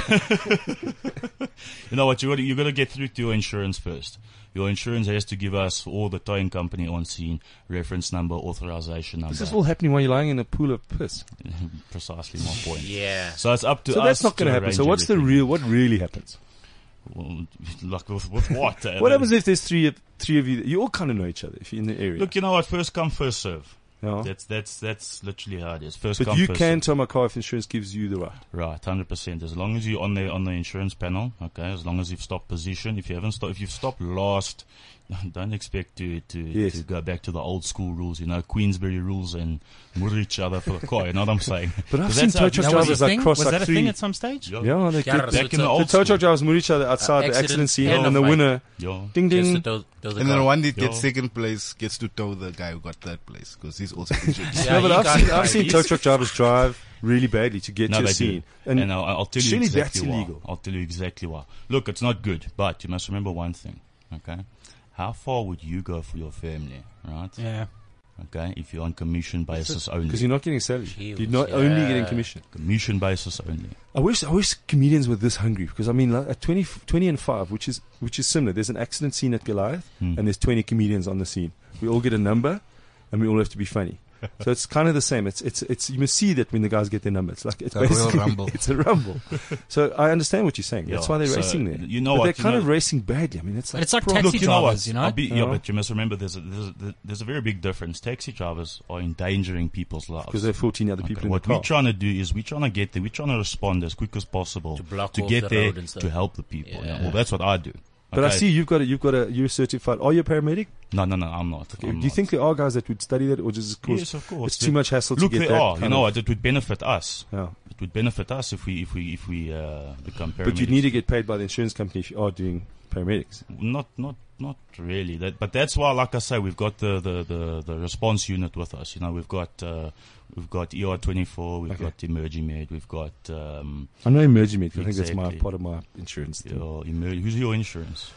F: You know what? You got you got to get through to your insurance first. Your insurance has to give us all the towing company on scene, reference number, authorization number.
B: this is all happening while you're lying in a pool of piss.
F: precisely my point.
D: Yeah.
F: So it's up to
B: So
F: us.
B: that's not going to happen.
F: arrange
B: So what's the
F: everything.
B: real? What really happens?
F: Well, like with, with what? eh?
B: What happens if there's three of three of you? You all kind of know each other if you're in the area.
F: Look, you know what? First come, first serve.
B: Yeah.
F: That's that's that's literally how it is. First
B: but
F: come,
B: you
F: first
B: can tow my car if insurance gives you the right.
F: serve. Right, hundred percent. As long as you're on the on the insurance panel, okay. As long as you've stopped position. If you haven't stopped, if you've stopped last, don't expect to to,
B: Yes.
F: to go back to the old school rules. You know, Queensbury rules and murder each other for the car. You know what I'm saying?
B: But I've
F: Because
B: seen
F: that's
B: tow
F: how
B: truck
E: That was a
B: drivers like
E: thing.
B: cross
E: Was
B: like
E: that a
B: three.
E: thing at some stage?
F: Yeah.
B: yeah, they
D: Chiara,
B: get,
F: Back in the
B: the
F: old
B: tow truck
F: school.
B: drivers moor each other outside the
D: accident
B: accident scene,
D: and
B: and, the
D: a fight.
B: winner,
F: Yeah.
B: ding
D: Just
B: ding.
D: to tow- tow the
C: And then the
D: car.
C: one that
F: Yo.
C: gets second place gets to tow the guy who got third place because he's also injured.
D: Yeah,
B: No, but
D: you
B: I've
D: can't
B: seen,
D: drive.
B: I've seen tow truck drivers drive really badly to get
F: No,
B: to a
F: they
B: scene.
F: do. And, um, I'll, I'll tell you
B: surely
F: exactly
B: that's
F: why.
B: illegal.
F: I'll tell you exactly why. Look, it's not good, but you must remember one thing, okay? How far would you go for your family, right?
E: Yeah.
F: Okay, if you're on commission basis only.
B: Because you're not getting salary.
D: Jeez,
B: you're not only
D: yeah.
B: getting commission.
F: Commission basis only.
B: I wish I wish comedians were this hungry because I mean like, at 20, 20 and five, which is which is similar. There's an accident scene at Goliath,
F: Hmm.
B: and there's twenty comedians on the scene. We all get a number, and we all have to be funny. So it's kind of the same. It's it's it's you must see that when the guys get their number. It's like it's
C: a real
B: basically
C: rumble.
B: It's a rumble. so I understand what you're saying. That's
F: Yeah,
B: why they're
F: so
B: racing there.
F: you know
B: but
F: what,
B: they're
F: you
B: kind
F: know-
B: of racing badly. I mean, it's
E: But
B: like
E: it's like
B: pro-
E: taxi
F: Look, you know
E: drivers,
F: what?
E: you know?
F: I'll be- yeah,
B: Yeah.
F: but you must remember there's a, there's, a, there's a very big difference. Taxi drivers are endangering people's lives.
B: because there are fourteen other people
F: Okay,
B: in
F: what
B: the car.
F: we're trying to do is we're trying to get there. We're trying to respond as quick as possible
D: To block off
F: get
D: the
F: there
D: road and stuff.
F: to help the people.
D: Yeah.
F: yeah. Well, that's what I do.
B: but I
F: Okay?
B: see you've got a, you've got a you're certified. Are you a paramedic?
F: No, no, no. I'm not. I'm
B: do you
F: not.
B: think there are guys that would study that, or just cause
F: Yes, of course.
B: it's too much hassle
F: Look,
B: to get
F: they
B: that?
F: are. You
B: kind
F: know
B: of-
F: what? It would benefit us.
B: yeah.
F: It would benefit us if we if we if we uh, become paramedics.
B: But you need to get paid by the insurance company if you are doing paramedics.
F: not not not really. That, but that's why, like I say, we've got the, the, the, the response unit with us. You know, we've got uh, we've got ER twenty four, we've
B: Okay.
F: got emerging med, we've got um,
B: I know emergency medical. I think that's my
F: Exactly.
B: part of my insurance. Thing.
F: your emer- who's your insurance?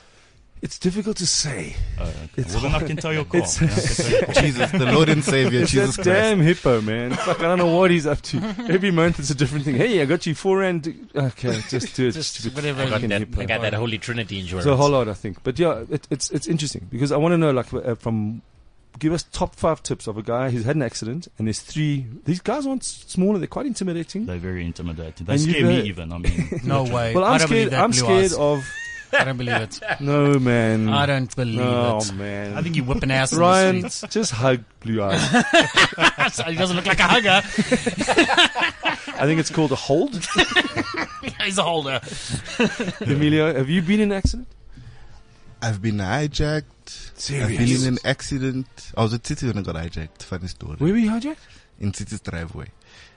B: It's difficult to say.
F: Oh, okay.
B: It's
F: well, then I can tell your call.
B: It's-
F: Then I can tell your call.
C: Jesus, the Lord and Savior,
B: It's
C: Jesus
B: that
C: Christ.
B: damn hippo, man. It's like, I don't know what he's up to. Every month it's a different thing. Hey, I got you four rand. Okay, just do it.
E: Just
B: stupid
E: whatever.
D: I got
B: fucking
D: that,
B: hippo.
D: I got that Holy Trinity insurance.
B: So a whole lot, I think. But yeah, it, it's it's interesting because I want to know like uh, from give us top five tips of a guy who's had an accident and there's three. These guys aren't s- smaller; they're quite intimidating.
F: They're very intimidating. They
B: And you
F: scare
B: know-
F: me even. I mean,
E: No way.
B: well,
E: I
B: I'm
E: don't believe
B: scared.
E: that,
B: I'm
E: Blue
B: scared
E: Eyes.
B: of
E: I don't believe it.
B: no man.
E: I don't believe
B: Oh
E: it.
B: man.
E: I think you whip an ass in the
B: Ryan,
E: streets.
B: just hug Blue Eyes.
E: he doesn't look like a hugger.
B: I think it's called a hold.
E: He's a holder.
B: Emilio, have you been in an accident?
C: I've been hijacked. I've been
B: Serious?
C: in an accident. I was at City when I got hijacked. Funny story.
B: Where were you hijacked?
C: In City's driveway.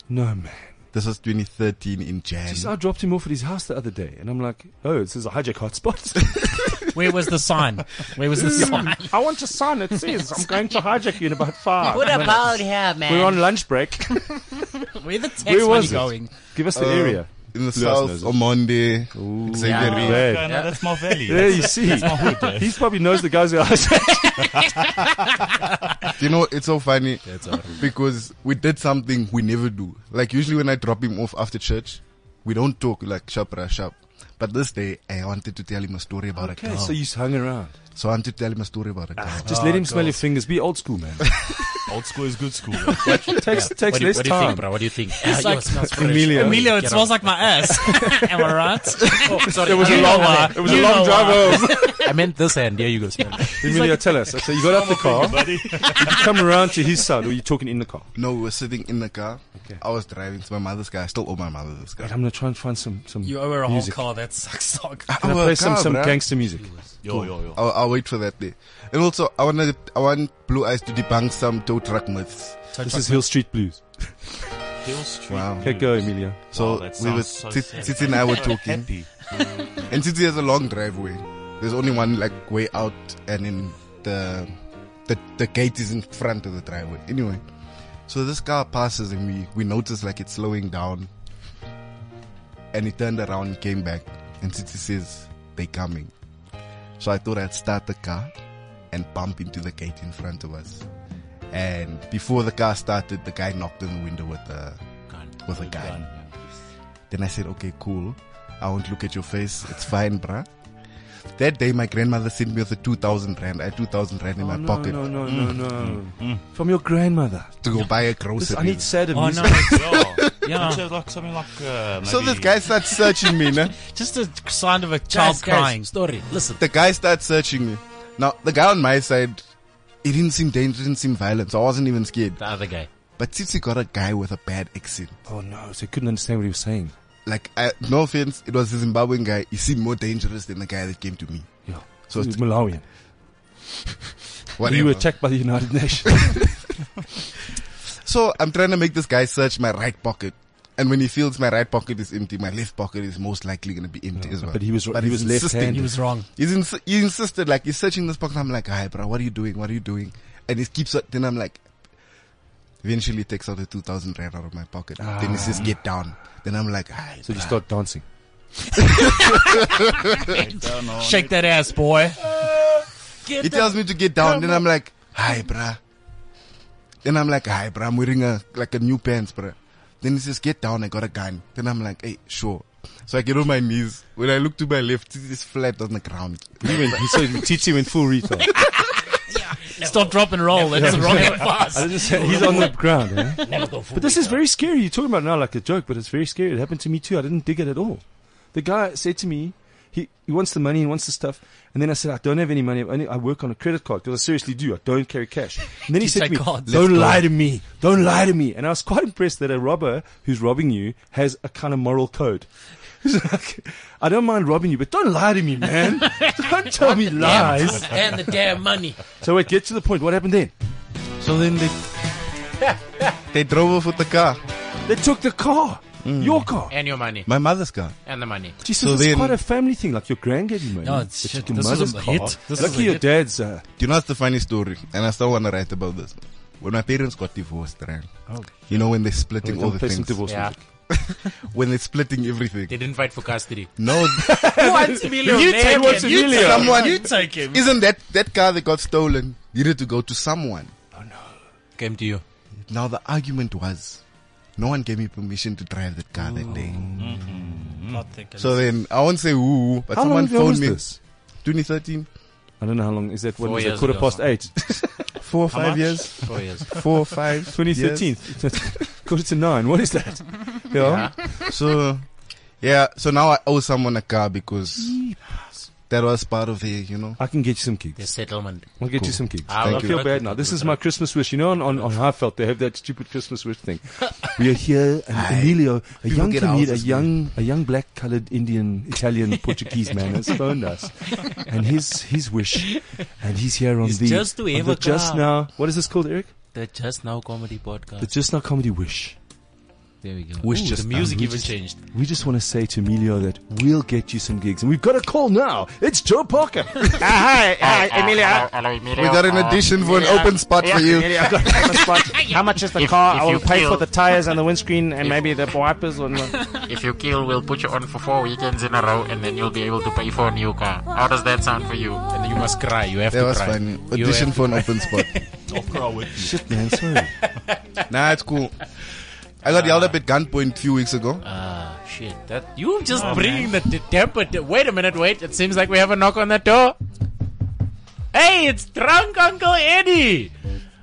B: No, man.
C: This was 2013 in Jan.
B: Just, I dropped him off at his house the other day, and I'm like, oh, this is a hijack hotspot.
E: Where was the sign? Where was
B: Mm.
E: the sign?
B: I want to sign. It says I'm going to hijack you in about five.
G: What about here, man?
B: We're on lunch break.
E: Where the text
B: Where was it?
E: going?
B: Give us the
C: Uh,
B: area.
C: in the
B: knows
C: south,
B: it?
C: Omonde,
B: Not
C: Xavier.
B: bad.
F: Okay, no, that's my valley.
B: There you see. He probably knows the guys who are
C: You know, it's so funny because we did something we never do. Like usually when I drop him off after church, we don't talk like sharp or sharp. But this day, I wanted to tell him a story about a girl.
B: So
C: So,
B: you Ah. just hung around.
C: I wanted to tell him a story about a girl.
B: Just let him smell your fingers. Be old school, man.
F: Old school is good school.
B: takes
D: What
B: takes
D: do, you-
B: less
D: what do you
B: time.
D: think, bro? What do you think? Ah,
E: like-
D: yours smells fresh.
B: Emilio.
E: Emilio, it
D: Get
E: smells
D: up.
E: like my ass. Am I right?
D: Oh, sorry.
B: It was
D: I
B: a
D: meant-
B: long
D: I
B: one.
D: meant-
B: It was a
E: You
B: long
E: know
B: drive home.
D: I meant this hand. Here you go. smell.
B: Emilio, tell us. So you got out the car.
F: buddy.
B: You come around to his side. Or you talking in the car?
C: No, we were sitting in the car. I was driving to my mother's car. I still owe my mother this car.
B: I'm gonna try and find some some
E: You owe her a whole
B: music.
E: car. That sucks. dog.
B: Can I
C: Owe her
B: play
C: a
B: some
C: car,
B: some
C: Oh, bruh.
B: gangster music?
F: Yo, yo, yo.
C: I'll, I'll wait for that day. And also, I want to, I want Blue Eyes to debunk some tow truck myths.
B: This is Hill Street Blues.
F: Hill Street.
C: Wow.
B: Okay, go Emilio.
C: So
F: Wow, Oh, that
C: we were
F: sounds so
C: Tit-
F: sad.
C: Titi and I were talking,
F: Happy.
C: and Titi has a long driveway. There's only one like way out, and in the the the gate is in front of the driveway. Anyway, so this car passes, and we we notice like it's slowing down, and he turned around, and came back, and Titi says they coming. So I thought I'd start the car and bump into the gate in front of us. And before the car started, the guy knocked on the window with a with a gun. Then I said, okay, cool. I won't look at your face. It's fine, bruh. That day, my grandmother sent me with a 2,000 rand. I had 2,000 rand in my
B: Oh, no,
C: pocket
B: no, no, no, no. From your grandmother.
C: to go buy a
B: This,
C: grocery.
B: I need sadder
E: Oh
B: music.
E: no!
F: Yeah.
E: Yeah.
F: So like something like uh,
C: so
F: maybe-
C: this guy starts searching me, nah?
E: Just a sound of a child
D: Guys, guys,
E: crying.
D: Story. Listen.
C: The guy starts searching me. Now, the guy on my side, he didn't seem dangerous, didn't seem violent, so I wasn't even scared.
D: The other guy.
C: But Tipsy got a guy with a bad accent.
B: Oh no! So he couldn't understand what he was saying.
C: Like, I, no offense, it was a Zimbabwean guy. He seemed more dangerous than the guy that came to me.
B: Yeah. So
C: So it's-
B: it's Malawian. You
C: Whatever.
B: were attacked by the United Nations.
C: So I'm trying to make this guy search my right pocket. And when he feels my right pocket is empty, my left pocket is most likely going to be empty as well.
B: but he was- he
C: he's
B: was left-handed.
C: insisting.
E: He was wrong.
C: He's ins- he insisted, like, he's searching this pocket. I'm like, hi, bro, what are you doing? What are you doing? And he keeps, then I'm like, eventually he takes out the 2,000 rand out of my pocket. Then he says, get down. Then I'm like, hi.
B: so you
C: bruh."
B: start dancing.
E: Shake that ass, boy.
C: he tells me to get down. Then I'm like, hi, bruh. Then I'm like, hi, bruh, I'm wearing a, like a new pants, bruh. Then he says, get down. I got a gun. Then I'm like, hey, sure. So I get on my knees. When I look to my left, it is flat on the ground.
B: He went. He so Titi went full retard.
E: Stop, drop, and roll. That's wrong and
B: I
E: fast.
B: just said he's on the ground. Eh? But this is very scary. You're talking about it now like a joke, but it's very scary. It happened to me too. I didn't dig it at all. The guy said to me, he, he wants the money, he wants the stuff. And then I said, I don't have any money. I, only, I work on a credit card because I seriously do. I don't carry cash. And then he
E: You
B: said
E: say
B: to me,
E: cards.
B: don't
E: Let's go.
B: lie to me. Don't lie to me. And I was quite impressed that a robber who's robbing you has a kind of moral code. He's like, I don't mind robbing you, but don't lie to me, man. Don't tell me lies.
G: and the damn money.
B: So wait, get to the point. What happened then?
C: So then they, they drove off with the car.
B: They took the car.
E: Hmm.
B: Your car.
D: And your money.
C: My mother's car.
D: And the money.
B: Jesus,
C: So
B: it's
C: then-
B: quite a family thing. Like your grand gave you money.
E: No, it's shit.
B: your
E: This was a
B: mother's
E: hit.
B: car.
E: This was
B: Lucky
E: a
B: your
E: hit.
B: dad's. Uh,
C: Do you know, it's the funny story. And I still want to write about this. When my parents got divorced, right?
B: Oh.
C: You know, when they're splitting all
B: don't
C: the
B: play some
C: things.
B: divorce
D: Yeah.
B: music.
C: When they're splitting
D: They
C: everything.
D: didn't fight for custody.
C: No,
D: Once million. You
E: take
B: what's
E: You
B: Emilio.
E: take him.
C: Someone-
E: You take him.
C: isn't that, that car that got stolen needed to go to someone?
D: Came to you.
C: Now the argument was, no one gave me permission to drive that car that day.
B: Oh.
C: So then I won't say who, but
B: How long
C: someone
B: ago
C: phoned
B: was
C: me.
B: this?
C: 2013,
B: I don't know how long. Is that what
D: Four
B: was it?
D: years
B: Quarter
D: ago.
B: past eight.
C: four or five years,
D: Four years.
C: four or five,
B: 2013. Quarter to nine. What is that? Yeah.
C: years. So yeah, so now I owe someone a car because that was part of the, you know.
B: I can get you some gigs.
G: The settlement.
B: I'll get you some gigs.
G: Ah,
B: I
G: okay.
B: feel
G: Okay.
B: bad now. This is my Christmas wish. You know, on, on, on Heartfelt, they have that stupid Christmas wish thing. We are here, and Emilio, a
C: People
B: young
C: get
B: comedian, a
C: houses,
B: young, a young black, colored Indian, Italian, Portuguese man, has phoned us, and his his wish, and he's here on
G: It's
B: the
G: just to
B: on
G: have
B: the
G: a
B: just
G: car.
B: now. What is this called, Eric?
G: The Just Now Comedy
B: The
G: Podcast.
B: just now comedy wish.
G: There we go.
B: Wish
G: Ooh,
B: just
G: the
B: now.
G: music
B: We
G: even
B: just-
G: changed.
B: We just want to say to Emilio that we'll get you some gigs, and we've got a call now. It's Joe Parker.
H: Uh, hi, hi, Emilio.
D: oh,
C: We got an addition for an open spot for you.
H: I've got a spot. How much is the car?
I: if
H: I will
I: you
H: pay
I: feel-
H: for the tires and the windscreen and maybe the wipers. And
I: If you kill, we'll put you on for four weekends in a row, and then you'll be able to pay for a new car. How does that sound for you?
D: And you must cry. You have
C: That
D: to
C: was
D: cry.
C: funny.
D: You
C: Audition
D: have-
C: for an open spot.
B: Shit, man, sorry.
C: nah, it's cool. I got yelled at at gunpoint a few weeks ago.
G: Ah, shit. That you just
C: Oh,
G: bringing the, the temper. To, wait a minute. Wait. It seems like we have a knock on the door. Hey, it's drunk Uncle Eddie.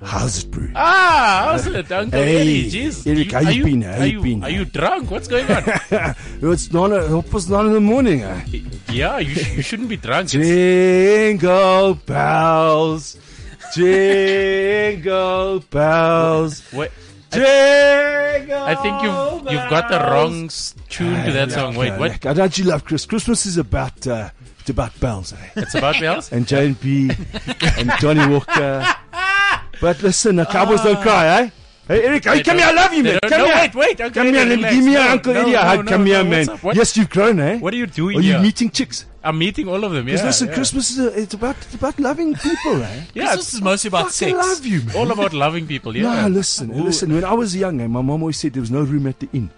B: How's it, bro?
G: Ah, how's it, Uncle
B: Hey,
G: Eddie? Jesus,
B: Eric, how you been? How
G: Are
B: you
G: you,
B: been?
G: are you drunk? What's going on?
B: It's not. I hope it's not in the morning. eh?
G: yeah, you, sh- you shouldn't be drunk. It's-
B: Jingle bells, jingle bells,
G: wait,
B: jingle.
G: I think you've you've got the wrong s- tune to that song. Wait, what?
B: I don't you love Chris? Christmas is about uh, it's about bells, eh?
G: It's about bells.
B: and Jane B and Johnny Walker. But listen, the cowboys don't cry, eh? Hey Eric, hey, come here, I love you,
G: Ah. They
B: man.
G: don't-
B: Come
G: no,
B: here,
G: wait, wait, Uncle
B: come here,
G: Eddie,
B: let me-
G: relax.
B: give me an
G: No,
B: Uncle
G: no,
B: Eddie. a
G: no,
B: hug.
G: no,
B: come
G: no,
B: here,
G: what's
B: man.
G: up? What-
B: Yes, you've grown, eh?
G: What are you doing
B: Are you
G: here?
B: meeting chicks?
G: I'm meeting all of them. Yeah,
B: Because listen,
G: yeah.
B: Christmas is a, it's about it's about loving people, eh?
G: Yeah,
E: This is mostly about
B: Fucking
E: sex. Oh,
B: love you, man.
G: all about loving people. Yeah.
B: Nah, listen, listen. When I was young, eh, my mom always said there was no room at the inn.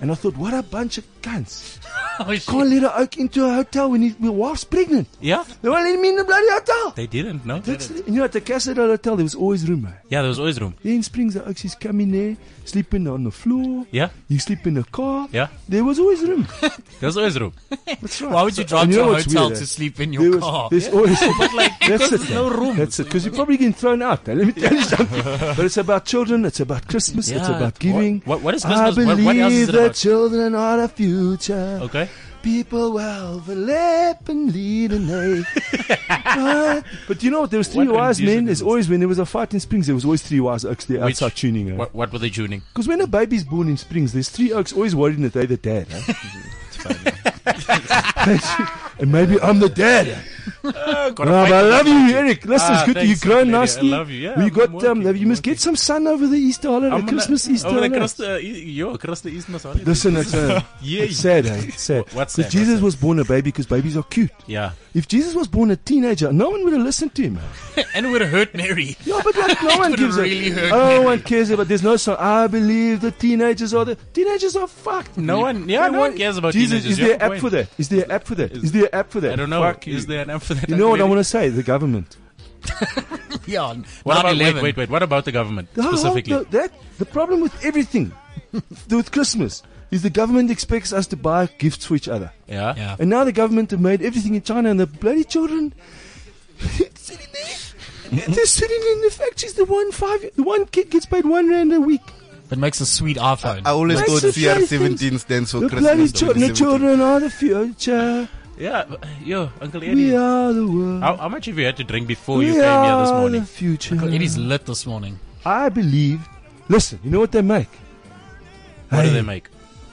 B: And I thought, what a bunch of cunts.
G: Oh,
B: Can't let her oak into a hotel when his my wife's pregnant.
G: Yeah,
B: They won't let me in the bloody hotel.
G: they didn't. No.
B: That's- you know, at the Cassadale Hotel, there was always room. Eh?
G: Yeah, there was always room.
B: There in Springs, the oaks is coming there, sleeping on the floor.
G: Yeah,
B: You sleep in the car.
G: yeah,
B: There was always room.
G: there was always room.
B: That's right.
E: Why would you drive
B: And
E: to
B: know
E: a
B: what's
E: hotel
B: weird, eh?
E: to sleep in
B: There
E: your
B: was-
G: Oh,
E: car?
B: There's always that's it.
G: there's no room.
B: That's it. Because you're probably getting thrown out. eh? Let me tell you something. But it's about children. It's about Christmas. It's
G: Yeah.
B: about giving.
G: What- what is
B: I
G: Christmas? What-
B: believe
G: what else is it
B: that
G: about? Oh.
B: children are the future.
G: Okay.
B: People will overlap and lead and they. but, but you know what? There was three
G: What
B: wise men.
G: confusion
B: There's
G: is
B: always when there was a fight in Springs. There was always three wise oaks there
G: Which-
B: outside tuning.
G: What, what were they tuning?
B: Because when a baby's born in Springs, there's three oaks always worrying that they're the dad. eh? and maybe I'm the dad. eh?
G: Gotta
B: No,
G: fight
B: but I
G: them.
B: love you, Eric. Listen,
G: Ah,
B: it's good that you
G: thanks,
B: grown
G: lady. I
B: nicely.
G: love you. Yeah,
B: we
G: I'm
B: got um,
G: working,
B: you
G: I'm
B: must get some sun over the Easter holiday,
G: I'm gonna-
B: Christmas Easter
G: over the
B: holiday.
G: Christ- uh, yo, Christ- Easter holiday.
B: Listen, it's, uh,
G: Yeah,
B: it's sad, eh? It's sad.
G: What's sad?
B: Because Jesus
G: What's sad?
B: was born a baby because babies are cute.
G: yeah.
B: If Jesus was born a teenager, no one would have listened to him.
E: and it would have hurt Mary.
B: Yeah, but like, no one
E: would
B: gives
E: really
B: a. Oh,
E: hurt
B: no one cares about. There's no song. I believe the teenagers are the teenagers are fucked.
G: No one, yeah,
B: Yeah,
G: no
B: no,
G: one cares about
B: Jesus,
G: teenagers.
B: is there
G: You
B: an
G: have a
B: app for
G: point.
B: that? Is there an app for that? Is there an app for that?
G: I don't know.
B: Fuck
G: Is
B: you.
G: there an app for that?
B: You know what I want to say? The government.
E: Yeah,
G: What about,
E: 9/11.
G: wait, wait, wait. What about the government
B: The whole-
G: specifically?
B: the- that the problem with everything, with Christmas, is the government expects us to buy gifts for each other.
G: yeah.
E: Yeah.
B: And now the government have made everything in China, and the bloody children sitting
G: Mm-hmm.
B: there. They're sitting in the factories. The one five, the one kid gets paid one rand a week.
E: It makes a sweet iPhone.
C: I always
B: That's
C: thought
B: the funny
C: CR17 stands for
B: the bloody
C: Christmas.
B: children, the
C: 2017.
B: children are the future.
G: Yeah, but- Yo, Uncle
B: We
G: Eddie.
B: are the world.
G: How, how much have you had to drink before
B: we
G: you came here this
B: are
G: morning?
B: the future.
E: Eddie's lit this morning.
B: I believe. Listen, you know what they make?
G: What do
B: Hey,
G: they make?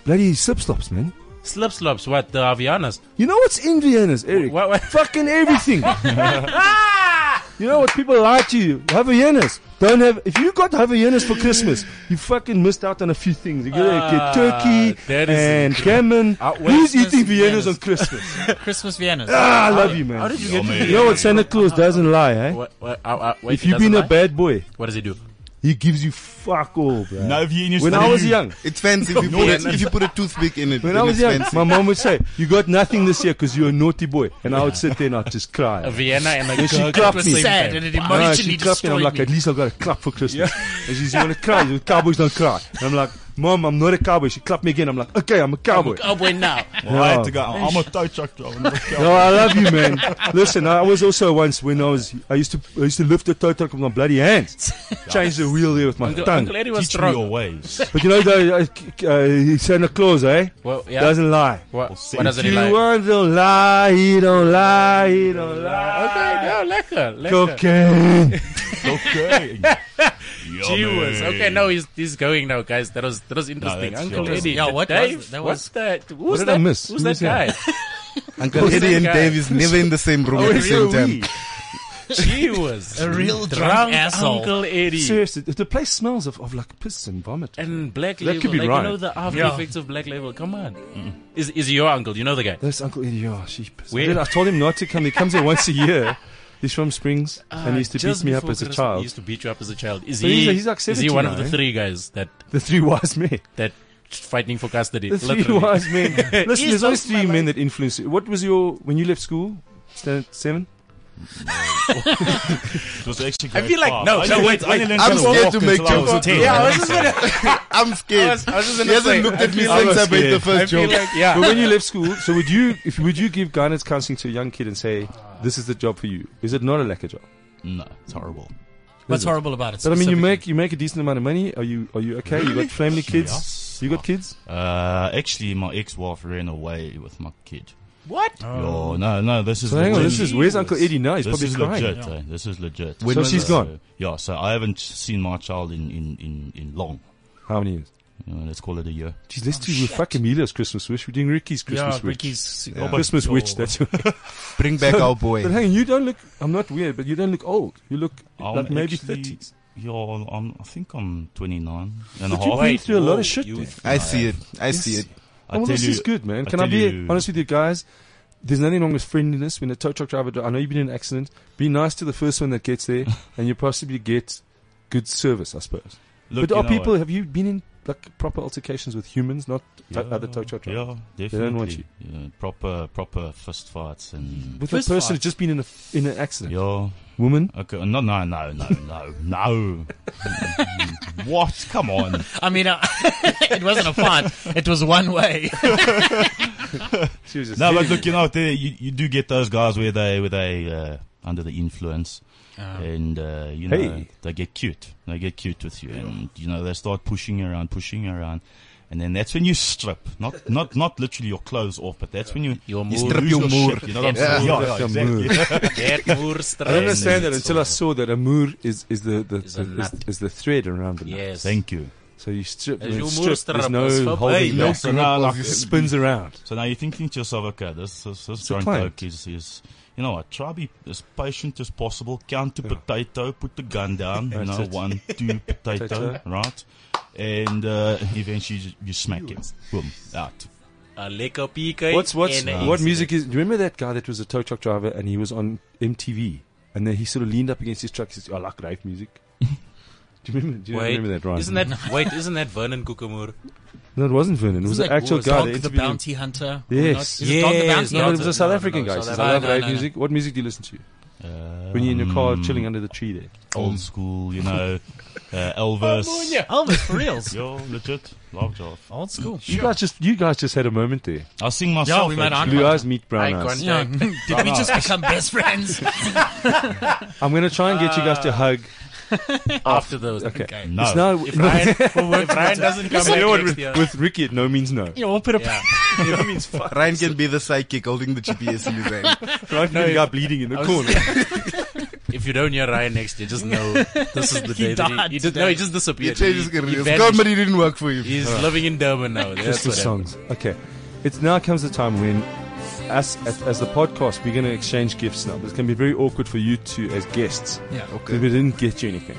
B: Bloody slip slops, man.
G: Slip slops, what? The Avianas?
B: You know what's in Vienna's, Eric?
G: What- what-
B: Fucking everything. you know what people lie to you? Havanas. Don't have. If you got Havanas for Christmas, you fucking missed out on a few things. You gotta
G: Ah,
B: get turkey
G: that is
B: and
G: incredible.
B: gammon.
G: Ah, well,
B: Who's eating
E: Vienna's.
B: Viennas on Christmas?
E: Christmas Vienna's.
B: ah, I love you, man.
G: How did you get
B: You know what Santa Claus doesn't lie, eh?
G: What, what, uh, uh, wait,
B: If
G: it
B: you've
G: doesn't
B: been a
G: lie?
B: bad boy,
G: What does he do?
B: he gives you fuck all, bro.
F: Now, if you in your
B: when I
F: study,
B: was
F: you-
B: young,
C: It's fancy if you, put it, if you put a toothpick in it.
B: when
C: then
B: I was
C: it's
B: young,
C: fancy.
B: my mom would say, "You got nothing this year because you're a naughty boy," and I would sit there and I'd just cry.
G: A Vienna and a
B: she
G: Coke
B: clapped
G: at the
B: me.
G: same
E: Sad
G: time.
E: and it
B: I know, she
E: emotionally
B: clapped me, and
E: destroyed
B: I'm like,
E: me.
B: at least I've got a clap for Christmas. And she says, you want to cry? The cowboys don't cry. And I'm like, Mom, I'm not a cowboy. She clapped me again. I'm like, okay, I'm a cowboy.
E: Oh,
G: Cowboy now.
F: Well, I had
B: Yeah.
F: to go. I'm a tow truck driver.
B: No, I love you, man. Listen, I was also once when I was, I used to, I used to lift the tow truck with my bloody hands, change the wheel there with my
G: Uncle,
B: tongue.
G: Uncle Eddie was
F: Teach me your
G: strong.
F: ways.
B: But you know, the, uh, uh, Santa Claus, eh?
G: Well, yeah.
B: Doesn't lie.
G: What,
F: see.
G: what does
B: If
G: it
B: you
G: like?
B: want to lie, he don't lie, he don't lie.
G: Okay, no, Ah, lekker, lekker.
B: Cocaine.
F: Okay.
G: Gee whiz. Okay, no, he's, he's going now, guys. That was that was interesting.
F: that's
G: Uncle
F: yours.
G: Eddie.
E: Yeah, what was
G: Dave,
E: it? That
G: what's
E: was-
G: that? Who's
B: did I
G: that?
B: miss?
G: Who's
B: Who
G: that
B: was that?
G: guy?
C: Uncle Eddie and
G: guy?
C: Dave is never in the same
B: Oh,
C: room at the same time.
G: Gee was
E: A real drunk
G: drunk
E: asshole.
G: Uncle Eddie.
B: Seriously, the- the place smells of, of like piss and vomit.
G: And Black
B: That
G: Label,
B: could be
G: like
B: right. Mm.
G: you know the after
E: Yeah.
G: effects of Black Label. Come on, Mm. is is your uncle? You know the guy.
B: That's Uncle Eddie. Oh, sheep.
G: Where-
B: Then I told him not to come. He comes here once a year. He's from Springs, and he used to
G: Just
B: beat me up
G: before
B: as a
G: Christmas, He
B: child.
G: used to beat you up as a child. Is
B: But
G: he?
B: he's- he's like
G: is he
B: 70
G: one of
B: now,
G: the
B: eh?
G: three guys that
B: The three wise men.
G: that fighting for custody?
B: The three
G: literally.
B: wise men. Listen,
G: He's
B: there's always
G: not
B: three men that influence you. What was your when you left school? Standard seven.
F: It was actually
G: I feel like-
B: Oh,
G: no, no, wait, wait.
C: I'm scared to make jokes.
F: Yeah, I was
C: I'm scared.
G: I was- I was just
C: he
G: gonna
C: hasn't
G: say,
C: looked
G: I
C: at me
G: feel-
C: since I
B: I
C: made
B: feel
C: the first
G: I
C: joke.
G: feel like, yeah.
B: But when you left school, so would you? If would you give guidance counseling to a young kid and say, "This is the job for you"? Is it not a lack of job?
F: No, it's horrible.
E: What's horrible about it?
B: But I mean, you
E: specifically?
B: make you make a decent amount of money. Are you are you okay? You got family kids.
F: Yes.
B: You got kids.
F: Uh, actually, my ex-wife ran away with my kid.
G: What?
F: Oh no, no, this is
B: So hang on,
F: legit.
B: this is where's Uncle Eddie now? He's
F: this
B: probably
F: is
B: crying.
F: legit. eh? This is legit. uh,
B: So she's gone.
F: Yeah, so I haven't seen my child in in in, in long.
B: How many years?
F: You know, let's call it a year.
B: Jeez, let's do fuck Emilio's Christmas wish. We're doing Ricky's Christmas
E: yeah,
B: wish.
E: Ricky's
B: Christmas witch. That's your.
C: Bring back our boy.
B: But hang on, you don't look. I'm not weird, but you don't look old. You look
F: I'm
B: like maybe
F: actually-
B: thirties.
F: Yeah, I'm, I think I'm 29 and a
B: But you've
F: half.
B: been through a lot
G: whoa,
B: of shit.
G: you-
B: man.
C: I see it. I see it.
F: I
B: All Oh,
F: tell
B: this
F: you,
B: is good, man.
F: I
B: Can I
F: tell
B: be
F: you-
B: honest with you guys? There's nothing wrong with friendliness. When a tow truck driver, I know you've been in an accident. Be nice to the first one that gets there, and you possibly get good service, I suppose.
F: Look,
B: but
F: you
B: are
F: know
B: people?
F: what?
B: Have you been in like proper altercations with humans, not to- other tow truck drivers?
F: Yeah, definitely.
B: don't want
F: Yeah, proper, proper fist fights and.
B: With a
E: Fist
B: person
E: fight.
B: who's just been in a in an accident,
F: Yeah. Uh,
B: woman.
F: Okay. No, no, no, no, no, no. what? Come on.
E: I mean, uh, it wasn't a fight. It was one way.
B: She was just
F: No, but look, you know, they, you, you do get those guys where they where they uh, under the influence, and uh, you know
B: Hey.
F: they get cute. They get cute with you, and you know they start pushing you around, pushing you around. And then that's when you strip, not not not literally your clothes off, but that's when you
G: Your
F: you
G: mood.
F: strip your mood. You know what I'm saying?
B: Yeah.
F: Yeah, yeah,
B: Your
F: exactly.
G: Get more straight.
B: I don't understand that until I saw that Amur is, is the, the,
G: Is
B: is,
G: a nut.
B: is, the thread around the nut.
G: Yes.
F: Thank you.
B: So you strip,
G: As
B: when
G: you
B: it's
G: move
B: stripped, there's
G: strap,
B: no
G: it's
B: holding
F: Hey, no,
B: back.
F: so now, like,
B: It spins around.
F: So now you're thinking to yourself, okay, this this, this
B: a
F: drunk
B: client.
F: bloke is, is you know what? Try be as patient as possible. Count to potato, put the gun down. you know,
B: That's it.
F: one, two, potato,
B: Potato.
F: right? And uh, eventually you, you smack him. Boom, out.
G: A lekker PK.
B: What's what's
G: and a
B: what
G: incident.
B: music is? Do you remember that guy that was a tow truck driver and he was on MTV and then he sort of leaned up against his truck. He says, "I like rave music." do you remember? Do you
G: Wait,
B: remember that, Ryan?
G: Isn't that wait? Isn't that Vernon Kukumur?
B: No, it wasn't Vernon. It was
E: Isn't
B: an
E: that
B: actual
E: Dog
B: guy. that
E: the
B: interviewed him.
E: bounty hunter.
B: Yes.
E: Is it Dog the
G: Yes,
E: bounty
B: No,
G: no,
B: but
E: hunter?
B: it was a South African guy. He says,
G: South
B: "I love
E: African. No,
B: rave
E: no, no.
B: music." What music do you listen to
F: Uh,
B: when you're in your
G: Hmm.
B: car chilling under the tree there?
F: old school, you know, uh,
B: Oh,
F: Elvis.
E: Elvis for reals.
F: Yo, legit, love job.
E: Old school.
B: You guys just you guys just had a moment there.
F: I sing myself.
E: we made
F: actually.
B: Blue eyes meet brown
G: Icon.
B: eyes.
E: Yeah. Did we just become best friends?
B: I'm going to try and get you guys to hug.
G: Ah. After those,
B: Okay.
F: No.
B: It's now,
G: If Ryan, if Ryan doesn't come
B: you know
G: back
B: what,
G: next
B: with,
G: year,
B: with Ricky, it no means no.
E: You know, we'll put a
G: Yeah.
C: Ryan can be the psychic holding the GPS in his hand.
B: Right? No, the guy bleeding in the corner.
G: if you don't hear Ryan next year, just know this is the
E: He
G: day that
E: died
G: he, he did, no, he just disappeared.
C: Change his
G: He- he
C: career.
G: vanished.
C: Comedy didn't work for you.
G: He's living in Durban now. That's
B: Just the
G: what happened.
B: songs. Okay. It's now comes the time when us as, as the podcast we're going to exchange gifts now. But it's going to be very awkward for you two as guests.
E: Yeah.
B: Because we didn't get you anything.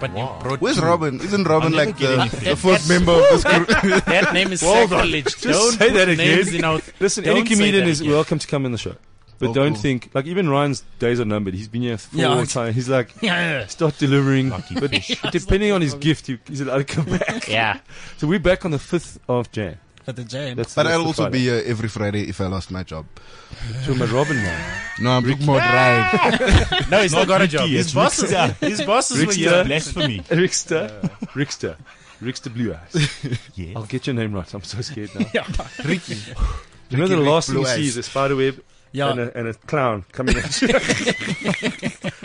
G: But you brought
C: Where's Robin? Isn't Robin like the, the
G: That-
C: fourth
G: that's-
C: member of this group?
G: that name is
B: Hold on.
G: sacrilege.
B: Just
G: don't
B: say
G: put
B: that again.
G: names in our.
B: Listen,
G: Don't
B: any
G: say
B: comedian
G: that
B: is
G: again.
B: welcome to come in the show. But
C: Oh,
B: don't
C: cool.
B: think, like, even Ryan's days are numbered. He's been here four
E: Yeah.
B: times. He's like,
E: Yeah.
B: start delivering.
F: Lucky
B: But depending on his gift, he, he's allowed to come back.
G: Yeah.
B: So we're back on the 5th of Jan.
E: But the Jane.
B: That's,
C: But
B: that's
C: I'll
B: the
C: also
B: Friday.
C: be uh, here every Friday if I lost my job.
B: To my Robin now.
C: No, I'm talking about Ryan.
G: No, he's not got a
F: Ricky,
G: job.
F: it's
G: His bosses,
F: Ricky.
G: his bosses were
B: Ricky.
G: here.
F: Blasphemy.
B: Rickster. Rickster. Rix de Blue Eyes. I'll get your name right. I'm so scared now.
C: Ricky.
B: You know the
C: Ricky
B: last thing
C: Blue
B: you see
C: Eyes.
B: is a spider web
E: Yeah.
B: and, uh, a, and a clown coming at you.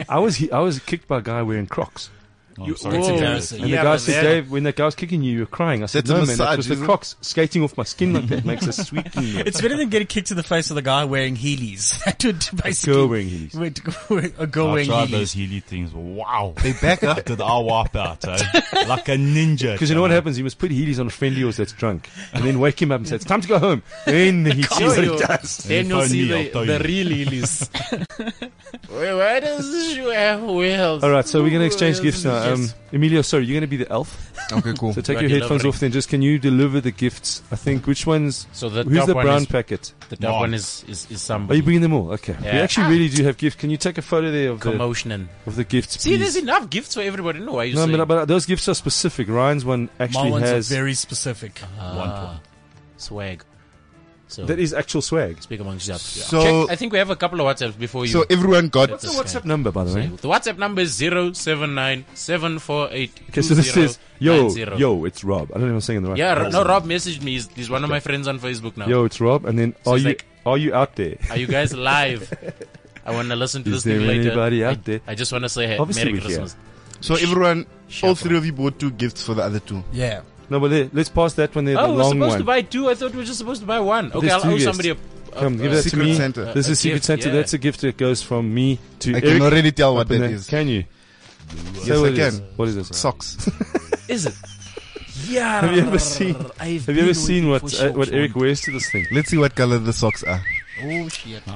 B: I was he, I was kicked by a guy wearing Crocs,
F: Oh, I'm sorry.
E: It's
F: to hear
E: embarrassing.
B: and
E: Yeah,
B: the guy
E: but
B: said,
E: then-
B: "Dave, when that guy was kicking you, you were crying." I said,
C: That's a
B: "No, man,
C: massage,
B: that was the
C: isn't it?"
B: Crocs skating off my skin like that makes a sweet noise."
E: It's better than getting kicked to the face of the guy wearing heelys. That would basically
B: girl wearing heelys.
E: Wait, a girl
F: I
E: wearing
F: tried
E: heelys.
F: those Healy things. Wow.
C: They back up.
F: Did I wipe out, eh? Like a ninja.
B: Because you know what happens? You must put Heelys on a friend of yours that's drunk and then wake him up and say, It's time to go home. Then he sees what he does.
D: Then you'll
F: Phone
D: see
F: me, I'll
D: the,
F: tell
D: the
F: you.
D: real lilies. Wait, why does this shoe have wheels?
B: All right, so we're going to exchange
D: Wheels
B: gifts
D: and
B: now. Um,
D: yes.
B: Emilio, sorry, you're going to be the elf.
C: Okay, cool.
B: So take
D: Right,
B: your headphones
D: delivering.
B: off then. Just can you deliver the gifts? I think which ones?
D: So the
B: Who's
D: top
B: the
D: one
B: brown
D: is-
B: packet?
D: the top
F: Mark.
D: one is is, is
B: Are you
D: somebody
B: bringing them all? Okay. We
D: Yeah.
B: actually really do have gifts. Can you take a photo there of, the,
D: commotion. And
B: of the gifts,
D: see, there's
B: please?
D: enough gifts for everybody. No, why you
B: No,
D: saying?
B: but, but those gifts are specific. Ryan's one
E: My
B: actually
E: ones
B: has.
E: are very specific.
G: Uh-huh.
D: Ah, swag. So
B: that is actual swag.
D: speak amongst yourselves.
C: So-
D: Check, I think we have a couple of WhatsApps before you.
C: So everyone got
D: That's
B: What's the WhatsApp number, by the way?
D: the WhatsApp number is zero seven nine seven four eight.
B: Okay, so this is, yo, yo, it's Rob. I don't know if I'm saying the right
D: Yeah,
B: name.
D: Ro- no, Rob messaged me. He's, he's one of my friends on Facebook now.
B: Yo, it's Rob. And then,
D: So
B: are
D: Oh. it's
B: you
D: like-
B: are you out there?
D: Are you guys live? I want to listen to
B: Is
D: this thing
B: there
D: later.
B: anybody
D: I,
B: out there?
D: I just want to say hey,
B: Obviously
D: Merry
B: we're here.
D: Christmas.
C: So everyone, all
D: Sharp
C: three of you bought two gifts for the other two.
E: Yeah.
B: No, but let- let's pass that one there.
D: Oh,
B: the
D: we're
B: long
D: supposed
B: one.
D: to buy two. I thought we were just supposed to buy one. Okay,
B: there's
D: I'll
B: two
D: owe
B: guests.
D: somebody a. a-
B: Come, give
D: a-
B: that to
C: Secret
B: me.
C: Santa.
B: This
D: a
B: is Secret
D: gift,
B: Santa.
D: yeah.
B: That's a gift that goes from me to
C: I
B: Eric.
C: can already tell what
B: Up in
C: that
B: there.
C: is.
B: Can you? Say what
C: Yes, I
B: it is.
C: can.
B: What is this?
C: Socks.
D: Is it? Yeah.
B: Have you ever seen? Have you ever seen what uh, what Eric wears to this thing?
C: Let's see what color the socks are.
D: Oh,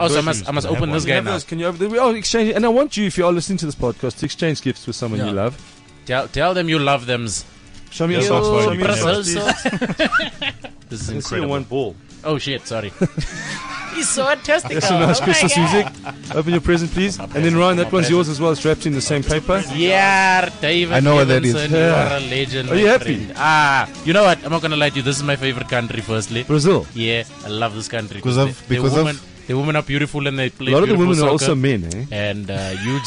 D: so I must, I must
F: I have
D: open this
F: one.
D: guy
B: Have
D: now.
B: those, Can you have the, we all exchange? And I want you, if you are listening to this podcast, to exchange gifts with someone you
E: Yeah.
B: love.
D: Tell, tell them you love them. This
B: Show me your
F: Yo,
B: socks. Show
F: Brazil
B: me your socks.
F: socks.
B: please.
D: is
B: I can see your
D: incredible.
B: one ball.
D: Oh shit! Sorry. He's so artistic.
B: That's a nice Christmas music. Open your present, please. And then Ryan, that one's yours as well. It's wrapped in the same paper.
D: Yeah, David.
C: I know what that is.
D: Stevenson, You
B: Yeah.
D: are a legend.
B: Are
D: my
B: you happy?
D: friend. Ah, you know what? I'm not gonna lie to you. This is my favorite country. Firstly,
B: Brazil.
D: yeah, I love this country
C: 'Cause of-
D: the-
C: because
D: the
C: of-
D: women, the women are beautiful and they play.
B: A lot of the
D: beautiful
B: women are
D: soccer.
B: also men, eh?
D: And uh, you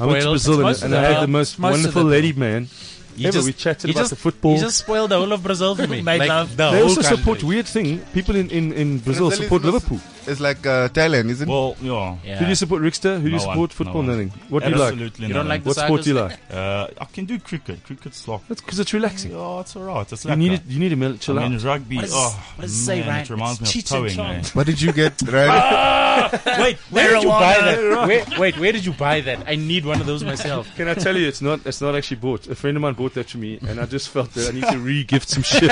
B: I went to
D: spoiled.
B: Brazil
E: most
B: and, and
E: of the
B: I had
E: time.
B: the most
E: Most of
B: wonderful
E: the
B: lady man.
D: You
B: ever.
D: just-
B: we chatted
D: you
B: about
D: just-
B: the football.
D: You just spoiled the whole of Brazil for me.
E: Made
D: Like,
E: love.
D: the
B: they
D: whole
B: also support
D: country.
B: weird thing. People in, in, in Brazil
C: Brazil is
B: support
C: not-
B: Liverpool.
C: It's like uh, Thailand, isn't it?
F: Well, yeah.
D: Yeah.
B: Who do you support, Rickster? Who do
F: No
B: you
F: one,
B: support?
F: no
B: Football,
F: one.
B: nothing. What do you like?
F: Absolutely
D: You
F: no
D: don't
F: one.
D: like
B: What sport do you like?
F: Uh, I can do cricket. Cricket's like.
B: That's because it's relaxing.
F: Yeah, it's alright. It's
B: You
F: like
B: need
F: that.
B: it, you need a minute chill
F: I mean,
B: out.
F: rugby.
D: does-
F: oh,
D: what does it say,
F: man,
D: Ryan?
F: it reminds
D: It's
F: me of
D: cheats and
F: towing. eh?
C: What did you get, right?
D: Wait, where did you buy that? Where, wait, where did you buy that? I need one of those myself.
B: Can I tell you, it's not it's not actually bought. A friend of mine bought that to me, and I just felt that I need to re-gift some shit.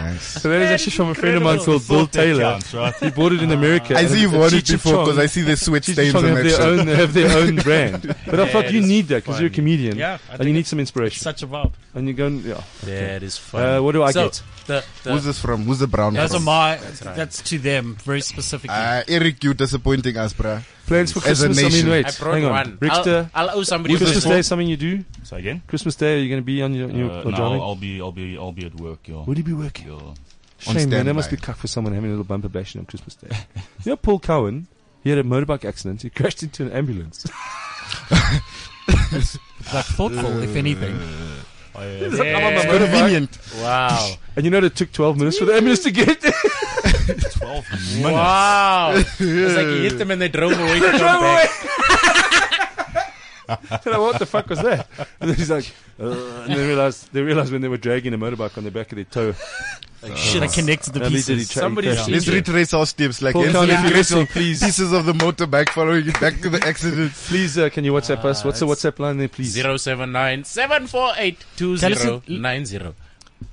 C: nice.
B: So that is actually from a friend of mine called Bill
F: Salt that
B: Taylor.
F: counts, right?
B: He bought it in America.
C: I
B: and
C: see
B: it-
C: you've
B: the
C: worn it
B: Cheech and
C: before
B: Chong-
C: because I see the sweat
B: Cheech and
C: stains
B: Chong
C: on
B: have
C: that
B: their
C: shirt.
B: own have their own brand, but I felt you
D: it's
B: need that because you're a
D: funny.
B: comedian,
E: Yeah, I
B: and Oh, you
E: think
B: need some inspiration.
E: Such a vibe.
B: And you go, and, yeah.
D: That is funny.
B: Uh, what do I
D: so,
B: get?
D: The,
B: uh,
D: the,
C: Who's this from? Who's the brown
E: Those are
C: from?
E: my. That's, to them very specifically.
C: Ah, Eric, you disappointing us, bruh.
B: Plans for
C: As a
B: Christmas? I mean,
C: nation.
B: wait,
D: I brought
B: hang on.
D: one.
B: Richter,
D: I'll, I'll owe somebody.
B: Christmas
D: for
B: Day
D: this.
B: is something you do?
F: So again,
B: Christmas Day, are you going to be on your, on your
F: uh,
B: on
F: no,
B: driving?
F: I'll, I'll be, I'll be, I'll be at work. Yeah.
B: Would you be working?
F: Yeah.
C: on
B: Shame, man. That must be
C: standby?
B: cuck for someone having a little bumper bashing on Christmas Day. you know, Paul Cowan, he had a motorbike accident. He crashed into an ambulance.
G: Ah.
E: like thoughtful, if anything.
C: It's convenient.
D: Wow.
B: And you know, it took 12 minutes for the ambulance to get there.
F: Twelve minutes.
D: Wow. it's like you hit them and they drove away. to come back.
B: And I, what the fuck was that? And then he's like, uh, and they realized, they realized when they were dragging a motorbike on the back of their toe.
E: Shit, I connected the
B: Nobody did he
E: pieces.
B: tra- he
D: Somebody
B: crashed
D: see-
B: into
C: Let's retrace our steps. Like,
B: Paul
C: Hansel
B: Cowan,
C: and
B: if you're
C: Gretel,
B: listening, please,
C: pieces of the motorbike following it back to the accident.
B: please, uh, can you WhatsApp us? What's the WhatsApp line there, please?
D: 079 748 2090.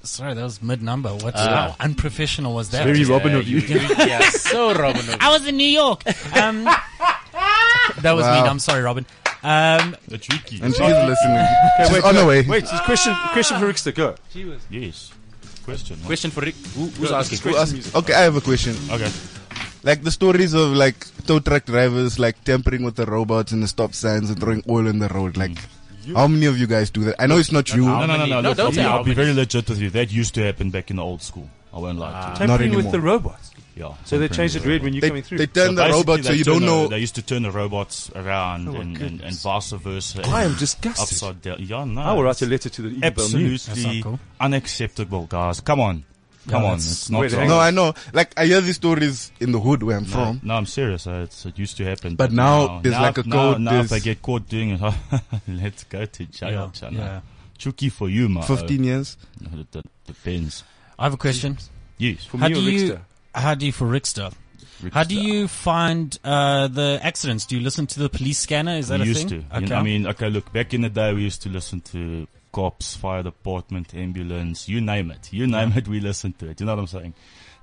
E: Sorry, that was mid number. What?
D: Ah.
E: how unprofessional was that?
B: Very Robin of you.
D: Yeah, so Robin of
E: I was in New York. Um, that was
C: Wow.
E: mean. I'm sorry, Robin. Um,
F: The cheeky.
C: And she's listening. She's
B: wait,
C: on her way.
B: Wait, it's question, question for Rickster. Go.
F: Yes. Question. huh?
D: Question for Rick. Who, who's asking?
C: Who asked- Okay, I have a question.
F: Okay.
C: Like the stories of like tow truck drivers like tampering with the robots and the stop signs and throwing oil in the road. Like, how many of you guys do that? I know it's not you.
F: No, no, no, no.
D: No,
F: look,
D: don't
F: I'll, be,
D: say how
F: I'll be very
D: many.
F: legit with you. That used to happen back in the old school. I won't lie to you.
B: Tampering
C: anymore.
B: with the robots.
F: Yeah.
B: So they changed it red when you're
C: They,
B: coming through.
C: they turn the
F: Basically,
C: robot so
F: they
C: you don't
F: turn the-
C: know.
F: They used to turn the robots
B: Oh
F: around and, and, and vice versa.
B: I am
F: and
B: disgusted.
F: Upside down. Yeah, no.
B: I will write
F: it's
B: a letter to the Eagle Bell News.
F: Absolutely unacceptable, guys. Come on. Come on.
B: that's-
F: It's not
B: wait, hang
F: right.
C: No, I know. Like I hear these stories in the hood where I'm
F: No,
C: from.
F: No, I'm serious. Uh, it's, it used to happen.
C: But now there's
F: now,
C: like a
F: now,
C: code,
F: Now if I
C: there's-
F: get caught doing it, let's go to jail,
E: Yeah,
F: Chana.
E: yeah.
F: Chucky for you, man.
C: Fifteen years.
F: It d- depends.
E: I have a question.
F: Yes.
B: For
E: How
B: me
E: do
B: or
E: you-
B: Rickster?
E: How do you for Rickster? How do you find uh, the accidents? Do you listen to the police scanner? Is that
F: we
E: a
F: used
E: thing?
F: to. You know, I mean, okay, look, back in the day, we used to listen to cops, fire department, ambulance, you name it. You name it, we listen to it. You know what I'm saying?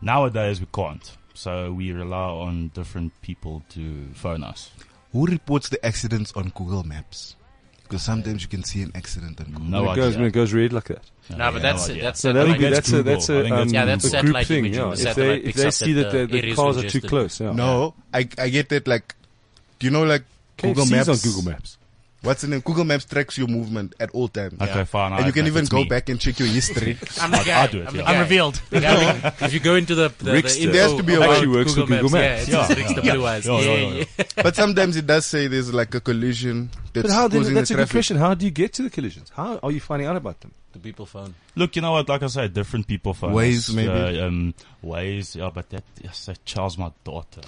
F: Nowadays, we can't. So we rely on different people to phone us.
C: Who reports the accidents on Google Maps? Because sometimes you can see an accident on Google.
F: No
B: When Oh, it goes, when
F: idea.
B: it goes red like that.
G: No, but that's
F: idea.
G: that's
B: So that would be,
F: that's
B: that's a, that's
F: Google. I
B: a,
F: think that's
B: um,
G: Yeah, that's
B: a group
G: satellite
B: thing.
G: imaging.
B: Yeah.
G: The
B: If they,
G: satellite
B: if
G: picks
B: they
G: up
B: see
G: that
B: that
G: the
B: the, the
G: areas
B: cars
G: were
B: are too
G: adjusted.
B: close, Oh, yeah.
C: No, I I get that. Like, do you know like Google
B: KFC's
C: Maps?
B: on Google Maps.
C: What's the name? Google Maps tracks your movement at all times.
F: Okay, fine.
C: And
F: I
C: you can
F: admit
C: even
F: it's
C: go
F: me.
C: back and check your history.
G: I'm the guy.
F: do it,
G: I'm, the
F: yeah.
G: guy.
E: I'm revealed.
G: The guy with- if you go into the, the, the
B: Rickster.
G: info
C: There has to be a
G: about
C: way. Actually
B: works for Google Maps.
G: Yeah, it's
F: Yeah,
G: just Rickster
F: yeah.
G: Blue Eyes.
F: Yeah, yeah,
G: Yeah,
F: yeah.
G: yeah.
C: but sometimes it does say there's like a collision that's
B: But how? Then,
C: causing
B: that's
C: the
B: a good
C: traffic.
B: question. How do you get to the collisions? How are you finding out about them?
G: The people phone.
F: Look, you know what? Like I said, different people phone
C: Ways,
F: us.
C: maybe.
F: Uh, um, ways, yeah, but that, yes, that child's my daughter.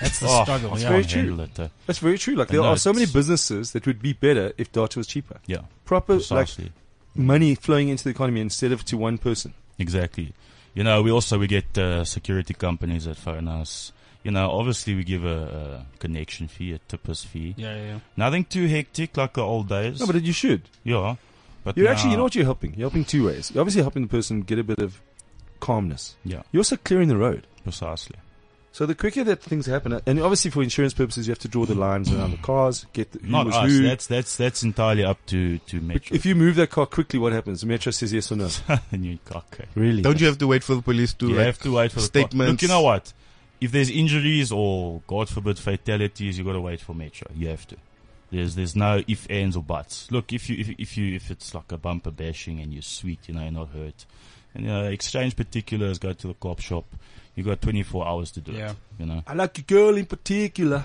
E: That's the
F: Oh,
E: struggle.
F: I
E: Yeah.
B: very
F: can't
B: true.
F: handle it. uh,
B: That's very true. Like there
F: know
B: are so many
F: it's-
B: businesses that would be better if data was cheaper.
F: yeah,
B: Proper like
F: precisely.
B: money flowing into the economy instead of to one person.
F: Exactly. You know, we also we get uh, security companies that phone us. You know, obviously we give a, a connection fee, a tippers fee.
E: Yeah, yeah, yeah.
F: Nothing too hectic like the old days.
B: No, but you should.
F: yeah, but
B: You're
F: now-
B: actually, you know what you're helping? You're helping two ways. You're obviously helping the person get a bit of calmness.
F: Yeah,
B: You're also clearing the road.
F: precisely.
B: So the quicker that things happen, and obviously for insurance purposes, you have to draw the lines around the cars, get the, who
F: Not
B: was
F: us.
B: who.
F: That's that's that's entirely up to to Metro.
B: if you move that car quickly, what happens? The metro says yes or no.
F: you okay.
B: Really?
C: Don't you have to wait for the police to
F: you
C: like
F: have to wait for the clock.
C: statements?
F: Look, you know what? If there's injuries or God forbid fatalities, you got to wait for Metro. You have to. There's there's no if ands or buts. Look, if you if, if you if it's like a bumper bashing and you're sweet, you know, you're not hurt, and you know, exchange particulars, go to the cop shop. You got 24 hours to do
E: Yeah.
F: it. You know.
B: I like your girl in particular.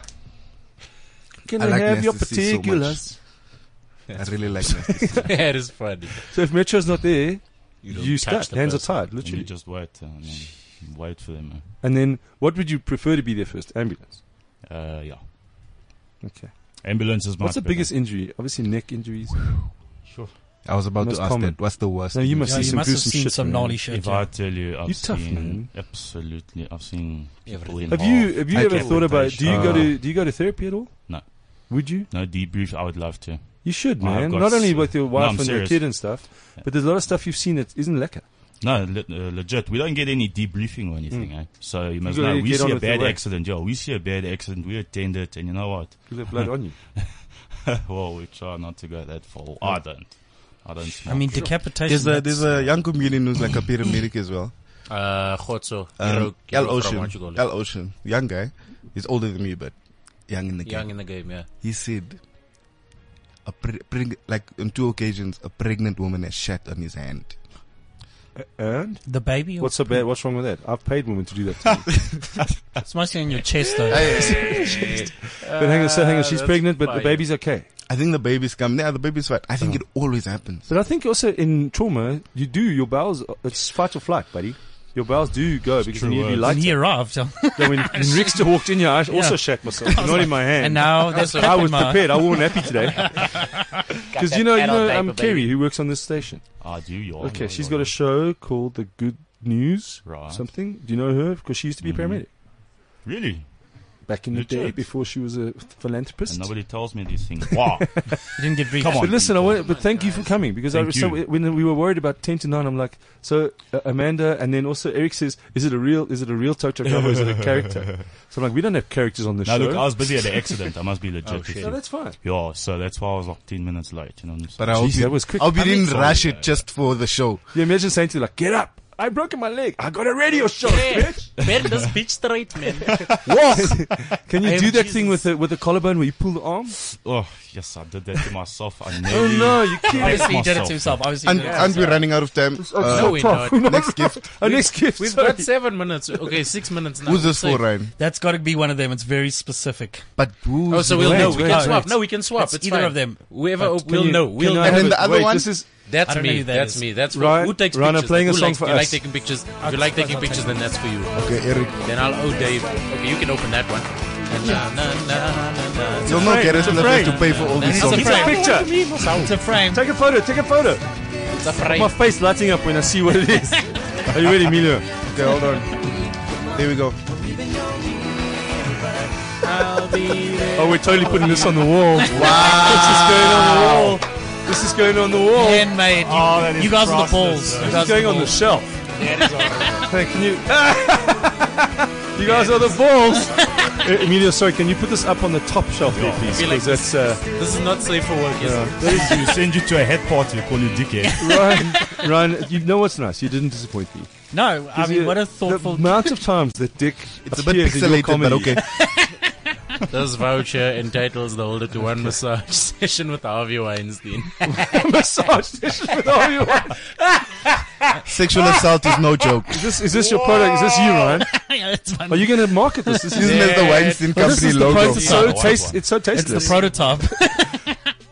B: Can
C: I
B: I,
C: like
B: have your
C: Nasty C so much.
B: particulars?
C: I really like that.
G: That is funny.
B: So, if metro's not there,
G: You
B: you,
G: don't
B: stuck.
G: touch the
B: Hands are
G: person.
B: tied,
F: And you
B: literally.
F: just wait. uh, And then wait for them.
B: And then, what would you prefer to be there first? Ambulance.
F: uh, Uh, yeah.
B: Okay.
F: Ambulance is my.
B: What's the biggest injury? Obviously, neck injuries.
C: I was about
B: Most
C: to ask
B: common.
C: that. What's the worst?
B: No, you
C: thing?
B: must
E: Yeah,
B: see
E: you
B: some
E: must have
B: gruesome
E: seen
B: shit,
E: some
B: man.
E: gnarly shit.
F: If
E: yeah.
F: I tell you, I've
B: You're tough,
F: seen
B: man.
F: absolutely. I've seen people
G: Everything.
B: Have you
F: involved.
B: have you
C: I
B: ever
C: can't
B: thought about?
F: relate.
B: Do you go
C: Uh,
B: to do you go to therapy at all?
F: No.
B: Would you?
F: No debrief. I would love to.
B: You should,
F: I've
B: man.
F: got
B: Not only
F: s-
B: with your
F: No,
B: wife
F: I'm
B: and your
F: serious.
B: kid and stuff, but there's a lot of stuff you've seen that isn't lekker.
F: No, le- uh, legit. We don't get any debriefing or anything. Eh? So you must
B: Hmm. gotta
F: know. We
B: get on
F: see a
B: with the
F: bad
B: work.
F: accident. Yeah, we see a bad accident. We attend it, and you know what?
B: You have blood on you.
F: well, we try not to go that far. I don't. I don't.
E: I
F: Smoke.
E: mean, decapitation.
C: There's a
E: that's-
C: there's a young comedian who's like a paramedic as well.
G: Uh, Khotso.
C: Um,
G: Hero- hero
C: L
G: from what you
C: Ocean.
G: call it.
C: L Ocean. Young guy. He's older than me, but young in the game.
G: Young in the game, yeah.
C: He said, a pre- preg- like on two occasions, a pregnant woman has shat on his hand.
B: And
E: the baby.
B: what's so bad? What's wrong with that? I've paid women to do that. To me.
E: It's mostly on your chest, though.
B: but hang on, so hang on. She's
G: that's
B: pregnant, but the
G: fine.
B: baby's okay.
C: I think the baby's come. Yeah, the baby's Oh. fine. I think it always happens.
B: But I think also in trauma, you do your bowels. It's fight or flight, buddy. Your bowels do go because you
F: true
B: need to be
F: words.
E: when
B: lighter.
E: he arrived, um,
B: Then when, when Rickster walked in here, I also shat myself. Not in my hand.
E: and now that's
B: I was
E: my-
B: prepared. I wore nappy today because you know, you know, um, Kerry who works on this station.
F: I do. Yeah,
B: Okay,
F: yeah,
B: she's
F: yeah,
B: got
F: yeah.
B: a show called The Good News.
F: Right. Mm-hmm.
B: Something. Do you know her? Because she used to be a paramedic
F: Really?
B: back in the day
F: Legit.
B: before she was a philanthropist.
F: And nobody tells me these things. Wow.
E: You didn't get briefed.
F: Come
B: But
F: on.
B: listen, I want, but thank you for coming because I
F: Thank
B: was so,
F: you.
B: when we were worried about ten to nine, I'm like, so uh, Amanda, and then also Eric says, is it a real, is it a real Toto drama, or is it a character? So I'm like, we don't have characters on the
F: now
B: show.
F: look, I was busy at the accident. I must be legit. with
B: no,
F: you.
B: that's fine.
F: yeah, so that's why I was like 10 minutes late. You know what I'm saying?
C: But I hope
B: Jeez,
C: you,
B: that was quick.
C: I hope you
B: I mean-
C: didn't rush it just for the show.
B: You imagine saying to them, like, get up, I broke my leg. I got a radio show.
D: Yeah. Bend this bitch straight, man.
B: Can you
D: I am
B: do that
D: Jesus.
B: thing with the, with the collarbone where you pull the arm?
F: Oh, yes, I did that to myself. I
B: Oh
F: nearly.
B: no, you can't.
D: Obviously, he did it
F: myself.
D: to himself. Obviously,
C: And,
D: he did it to
C: and we're
D: himself.
C: running out of time.
D: No,
C: Uh,
D: we're not.
C: next gift.
B: Our next gift.
D: We've
B: sorry.
D: got seven minutes. Okay, six minutes now.
C: Who's this
D: Six.
C: for, Ryan?
E: That's got to be one of them. It's very specific.
C: But who's
D: Oh, so we'll
B: Wait,
D: know. We
B: wait,
D: can
B: wait.
D: swap. No, we can swap.
E: It's
D: It's,
E: either
D: fine.
E: of them.
D: Whoever
B: Can
D: we'll
B: you-
D: know.
B: can
D: We'll
B: I
D: know.
C: And
B: have
C: then
B: it?
C: the other
B: Wait,
C: one?
B: This is
E: I
D: That's
E: don't know
D: me.
E: who that
D: That's
E: is.
D: me. That's for-
B: Ryan-
D: who takes
B: Ryan, I'm
D: pictures.
B: playing a
D: Who
B: song
D: likes-
B: for
D: you
B: us.
D: like taking pictures? If you like taking pictures, then that's for you.
C: Okay, Eric.
D: Then I'll owe Dave. Okay, you can open that one. Na, na, na, na, na.
C: You'll not get us left to pay for all these
D: It's
C: songs.
B: it's a picture.
E: It's a frame.
B: Oh. Take a photo. Take a photo.
D: It's a frame.
B: My face lighting up when I see what it is. Are you ready, Emilio?
C: Okay, hold on. There we go.
B: Oh, we're totally putting this on the wall. Wow. this is going on the wall. This is going on the wall.
E: Handmade. You,
F: Oh, that is
E: you guys are the balls.
F: priceless.
E: You
B: This
E: guys
B: is going
E: are
B: on the
E: balls.
B: shelf. Thank you. you guys are the balls. Eh, Emilio, sorry, can you put this up on the top shelf there, please?
D: feel like
B: 'Cause that's uh,
D: This is not safe for work, is it?
F: Those who send you to a head party, call you dickhead.
B: Ryan. Ryan, you know what's nice? You didn't disappoint me.
E: No, I mean,
B: You-
E: what a
B: The
E: thoughtful.
B: amount of times that Dick
C: It's a bit
B: appears in your
C: pixelated, but
B: comedy.
C: okay.
D: This voucher entitles the holder to one massage session with Harvey Weinstein.
B: Massage session with all you.
C: Sexual assault is no joke.
B: Is this is this your product? Is this you, Ryan?
E: Yeah, it's fine.
B: Are you going to market this? This is
C: Isn't it the Weinstein
B: Well, this
C: Company
B: is the
C: logo?
B: It's so
F: Yeah, the
B: taste.
F: white one.
B: It's so
E: it's the
B: tasteless.
E: prototype.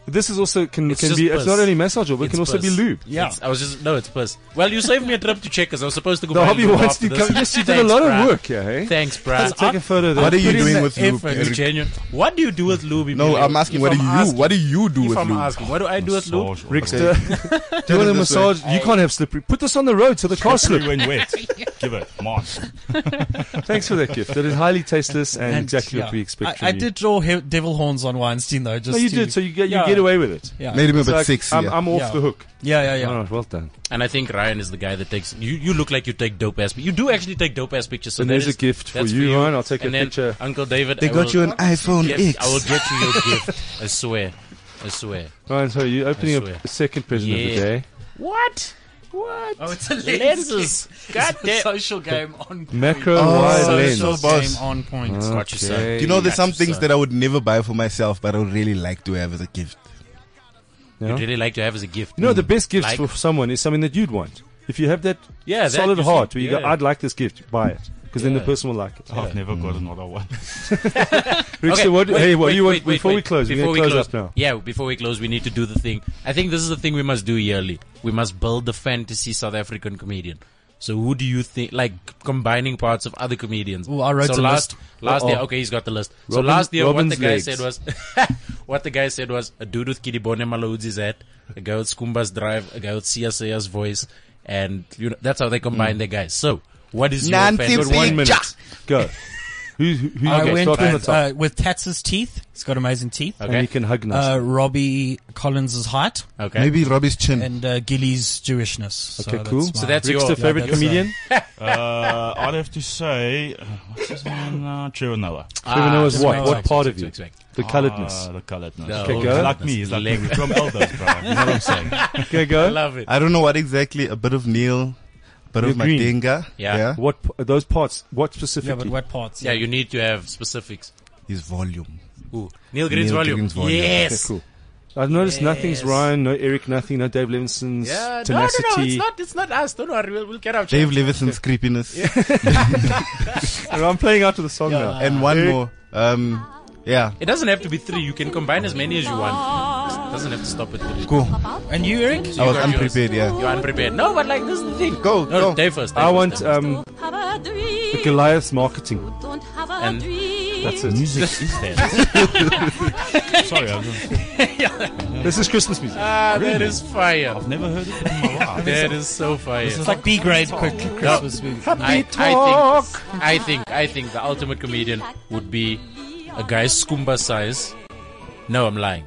B: this is also can
D: It's
B: can
D: just
B: be. It's not
D: piss.
B: only massage, oil, but it
D: It's
B: can also be
D: piss.
B: lube.
E: Yeah.
D: It's- I was just no, it's puss. Well, you saved me a trip to checkers. I was supposed to go.
B: The
D: buy
B: hobby
D: lube
B: wants
D: after
B: to
D: this.
B: come. Yes, you did a
D: Thanks,
B: lot of
D: bruh.
B: work, yeah. Hey,
D: Thanks, bruh.
B: take a photo. There.
C: What are you
E: Put in
C: doing
E: the
C: with lube,
E: effort.
D: It's
C: Eric?
D: genuine. What do you do with lube?
C: No,
D: Emilio?
C: I'm asking,
D: If
C: what do
D: I'm
C: you
D: asking-
C: what do you do
D: If
C: with
D: I'm
C: lube?
D: asking, what do I do with lube?
F: Massage,
B: Rickster, do you want a
C: Turn it this way.
B: massage? You can't have slippery. Put this on the road so the car
F: Free
B: slip.
F: when wet. Give it. Mark.
B: Thanks for that gift. That is highly tasteless and,
E: And,
B: exactly
E: yeah.
B: what we expect.
E: I, I
B: from you.
E: did draw he- devil horns on Weinstein though. Just
B: No, you
E: to-
B: did. So you get you
E: Yeah.
B: get away with it.
E: yeah.
C: Made him a
B: It's
C: bit
B: like,
C: sexy.
B: I'm,
C: yeah.
B: I'm off
E: Yeah.
B: the hook.
E: yeah, yeah, yeah.
B: All right, well done.
D: And I think Ryan is the guy that takes. You, you look like you take dope ass. You do actually take dope ass pictures. So
B: And
D: that
B: there's
D: is-
B: a gift for
D: that's
B: you, Ryan. I'll take a
D: and then
B: picture.
D: Uncle David.
C: They
D: I
C: got
D: will
C: you an iPhone
D: get-
C: X.
D: I will get you your gift. I swear. I swear.
B: Ryan, so you're opening
D: swear.
B: up a second present of the
D: Yeah.
B: day.
D: What? What?
E: Oh, it's a lens.
D: Lenses. God
E: It's a
D: damn.
E: social game on point.
B: Macro
C: Oh,
B: wide lens. Uh,
E: social
C: boss.
E: game on point.
D: Got you, son.
B: Okay.
C: You know, there's
D: Got
C: some
D: you,
C: things
D: son.
C: that I would never buy for myself, but I would really like to have as a gift.
B: Yeah.
D: You'd really like to have as a gift.
B: You know, the best gift
D: Like-
B: for someone is something that you'd want. If you have that
D: Yeah, that
B: solid
D: you
B: heart
D: should-
B: where you go,
D: yeah.
B: I'd like this gift, buy it. Because then the
D: Yeah.
B: person will like it.
F: I've never got another one.
B: Rickster,
D: Okay,
B: what,
D: wait,
B: hey, what
D: wait,
B: do you want?
D: wait, wait,
B: before we
D: wait.
B: close, we're
D: Before
B: going to
D: we
B: close, up now.
D: Yeah, before we close, we need to do the thing. I think this is the thing we must do yearly. We must build the fantasy South African comedian. So who do you think, like combining parts of other comedians?
E: Ooh, I wrote
D: so
E: a
D: last,
E: list. Oh.
D: last year,
B: Uh-oh.
D: okay, he's got the list. so
B: Robin-
D: last year,
B: Robin's
D: what the guy
B: legs.
D: said was, what the guy said was, a dude with Kidibone Maloodzi's hat, a guy with Skumba's drive, a guy with CSA's voice, and you know, that's how they combine their guys. So, what is your fantasy?
C: Nancy
B: You've got Mm. one minute. Go. Who, who, who
E: I
B: okay,
E: went
B: start from the
E: with,
B: top.
E: uh, with Tats's teeth. He's got amazing teeth.
B: And you can hug nice.
E: Uh, Robbie Collins's height
D: Okay.
C: Maybe Robbie's chin.
E: and uh, Gilly's Jewishness.
B: Okay, cool.
E: That's
D: So
E: my-
D: that's your
B: Rickster, favorite
E: that's, uh,
B: comedian?
F: Uh, I'd have to say, uh, what's his name? Uh, Trevor Noah.
D: Ah,
B: Trevor Noah's what?
E: right.
B: What part of
D: Exact,
B: you?
D: exact, exact.
B: The coloredness.
F: Uh, the coloredness.
D: No.
F: No.
D: Okay,
F: Okay,
B: go.
F: like me. He's like me. We're from elders, bro. You know what I'm saying?
B: Okay,
D: I
B: go.
D: love it.
C: I don't know what exactly. A bit of Neil, a bit of
B: You're green.
C: Madenga.
D: Yeah.
B: What, p- those parts, what
E: Yeah, but
B: specifically?
E: what parts?
D: Yeah, you need to have specifics.
C: His volume.
D: Ooh, Neil Green's
C: Neil
D: volume.
C: Green's volume.
B: Okay,
D: Yes.
B: cool. I've noticed nothing's Ryan, no Eric, nothing, no Dave Levinson's
D: Yeah, no, no,
B: tenacity.
D: no, it's not, it's not us. Don't worry, we'll, we'll get out.
C: Dave Levison's creepiness.
B: Oh, I'm playing out to the song now.
C: And one more. Um, yeah.
D: It doesn't have to be three. You can combine as many as you want. It doesn't have to stop at three.
C: Cool.
E: And you, Eric?
C: I was
D: got yours.
C: unprepared, yeah.
D: You're unprepared. No, but like this is the thing.
C: Go,
D: No,
C: go.
D: Dave first. Dave
B: I
D: first,
B: want
D: Dave first.
B: um,
J: Have a dream.
B: Goliath's marketing.
J: Don't have a
D: And-
J: dream.
B: That's it.
F: Music is that. Sorry, I've
B: This is Christmas music.
D: Ah, that is fire.
F: never heard it in my life.
D: That is so fire.
E: It's like B grade quick Christmas movie.
D: I, I think, I think, I think the ultimate comedian would be a guy Skumba size. No, I'm lying.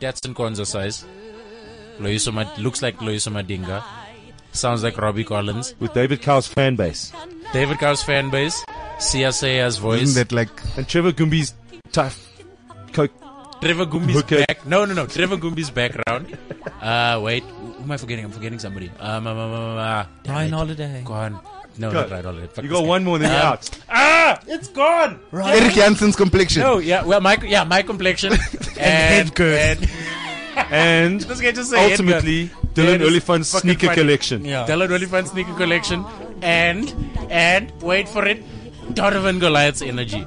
D: Datsun Kwanzaa size. Loiso Mad- looks like Loiso Madinga. Sounds like Robbie Collins.
B: With David Cow's fan base.
D: David Cow's fan base. CSA as voice.
C: Isn't that like
B: And Trevor Goombi's tough coke
D: Trevor Gumby's back. No, no, no. Trevor Gumby's background. Uh, wait. Who am I forgetting? I'm forgetting somebody. Um, um, um, um, uh, damn
E: Ryan
D: it.
E: Holiday.
D: Go on. No, not Ryan Holiday. Fuck
B: You
D: this
B: got
D: guy.
B: one more, then you're out.
D: It's gone.
C: Eric Janssen's complexion.
D: No, yeah, well, my yeah, my complexion and, and
E: girth.
B: And
D: This guy just said
B: ultimately,
D: Yeah,
B: Dylan
D: this
B: Olifant's
D: fucking
B: sneaker
D: funny.
B: collection.
E: Yeah.
D: Dylan Olifant sneaker collection and and wait for it, Donovan Goliath's energy.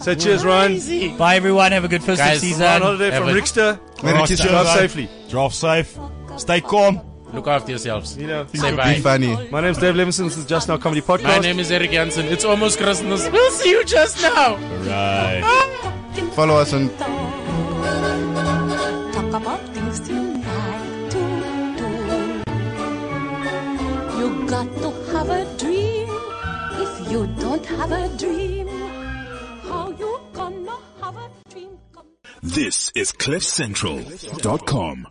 B: So cheers, Ryan.
E: Bye, everyone. Have a good festive
B: Ryan
D: Guys,
E: season.
B: Holiday from
D: Evan.
B: Rickster.
C: Merry
F: Christmas.
B: Drive
F: Bye.
B: safely.
F: Drive safe. Stay calm.
D: Look after yourselves.
B: You know.
D: Say
C: Be
D: bye.
C: funny.
B: My name's Dave Levinson. This is Just Now Comedy Podcast.
D: My name is Eric Jansen. It's almost Christmas. We'll see you just now.
F: Right.
C: Follow us on
J: Talk about things tonight to do. You got to have a dream. If you don't have a dream, how you gonna have a dream? Come
A: This is CliffCentral.com.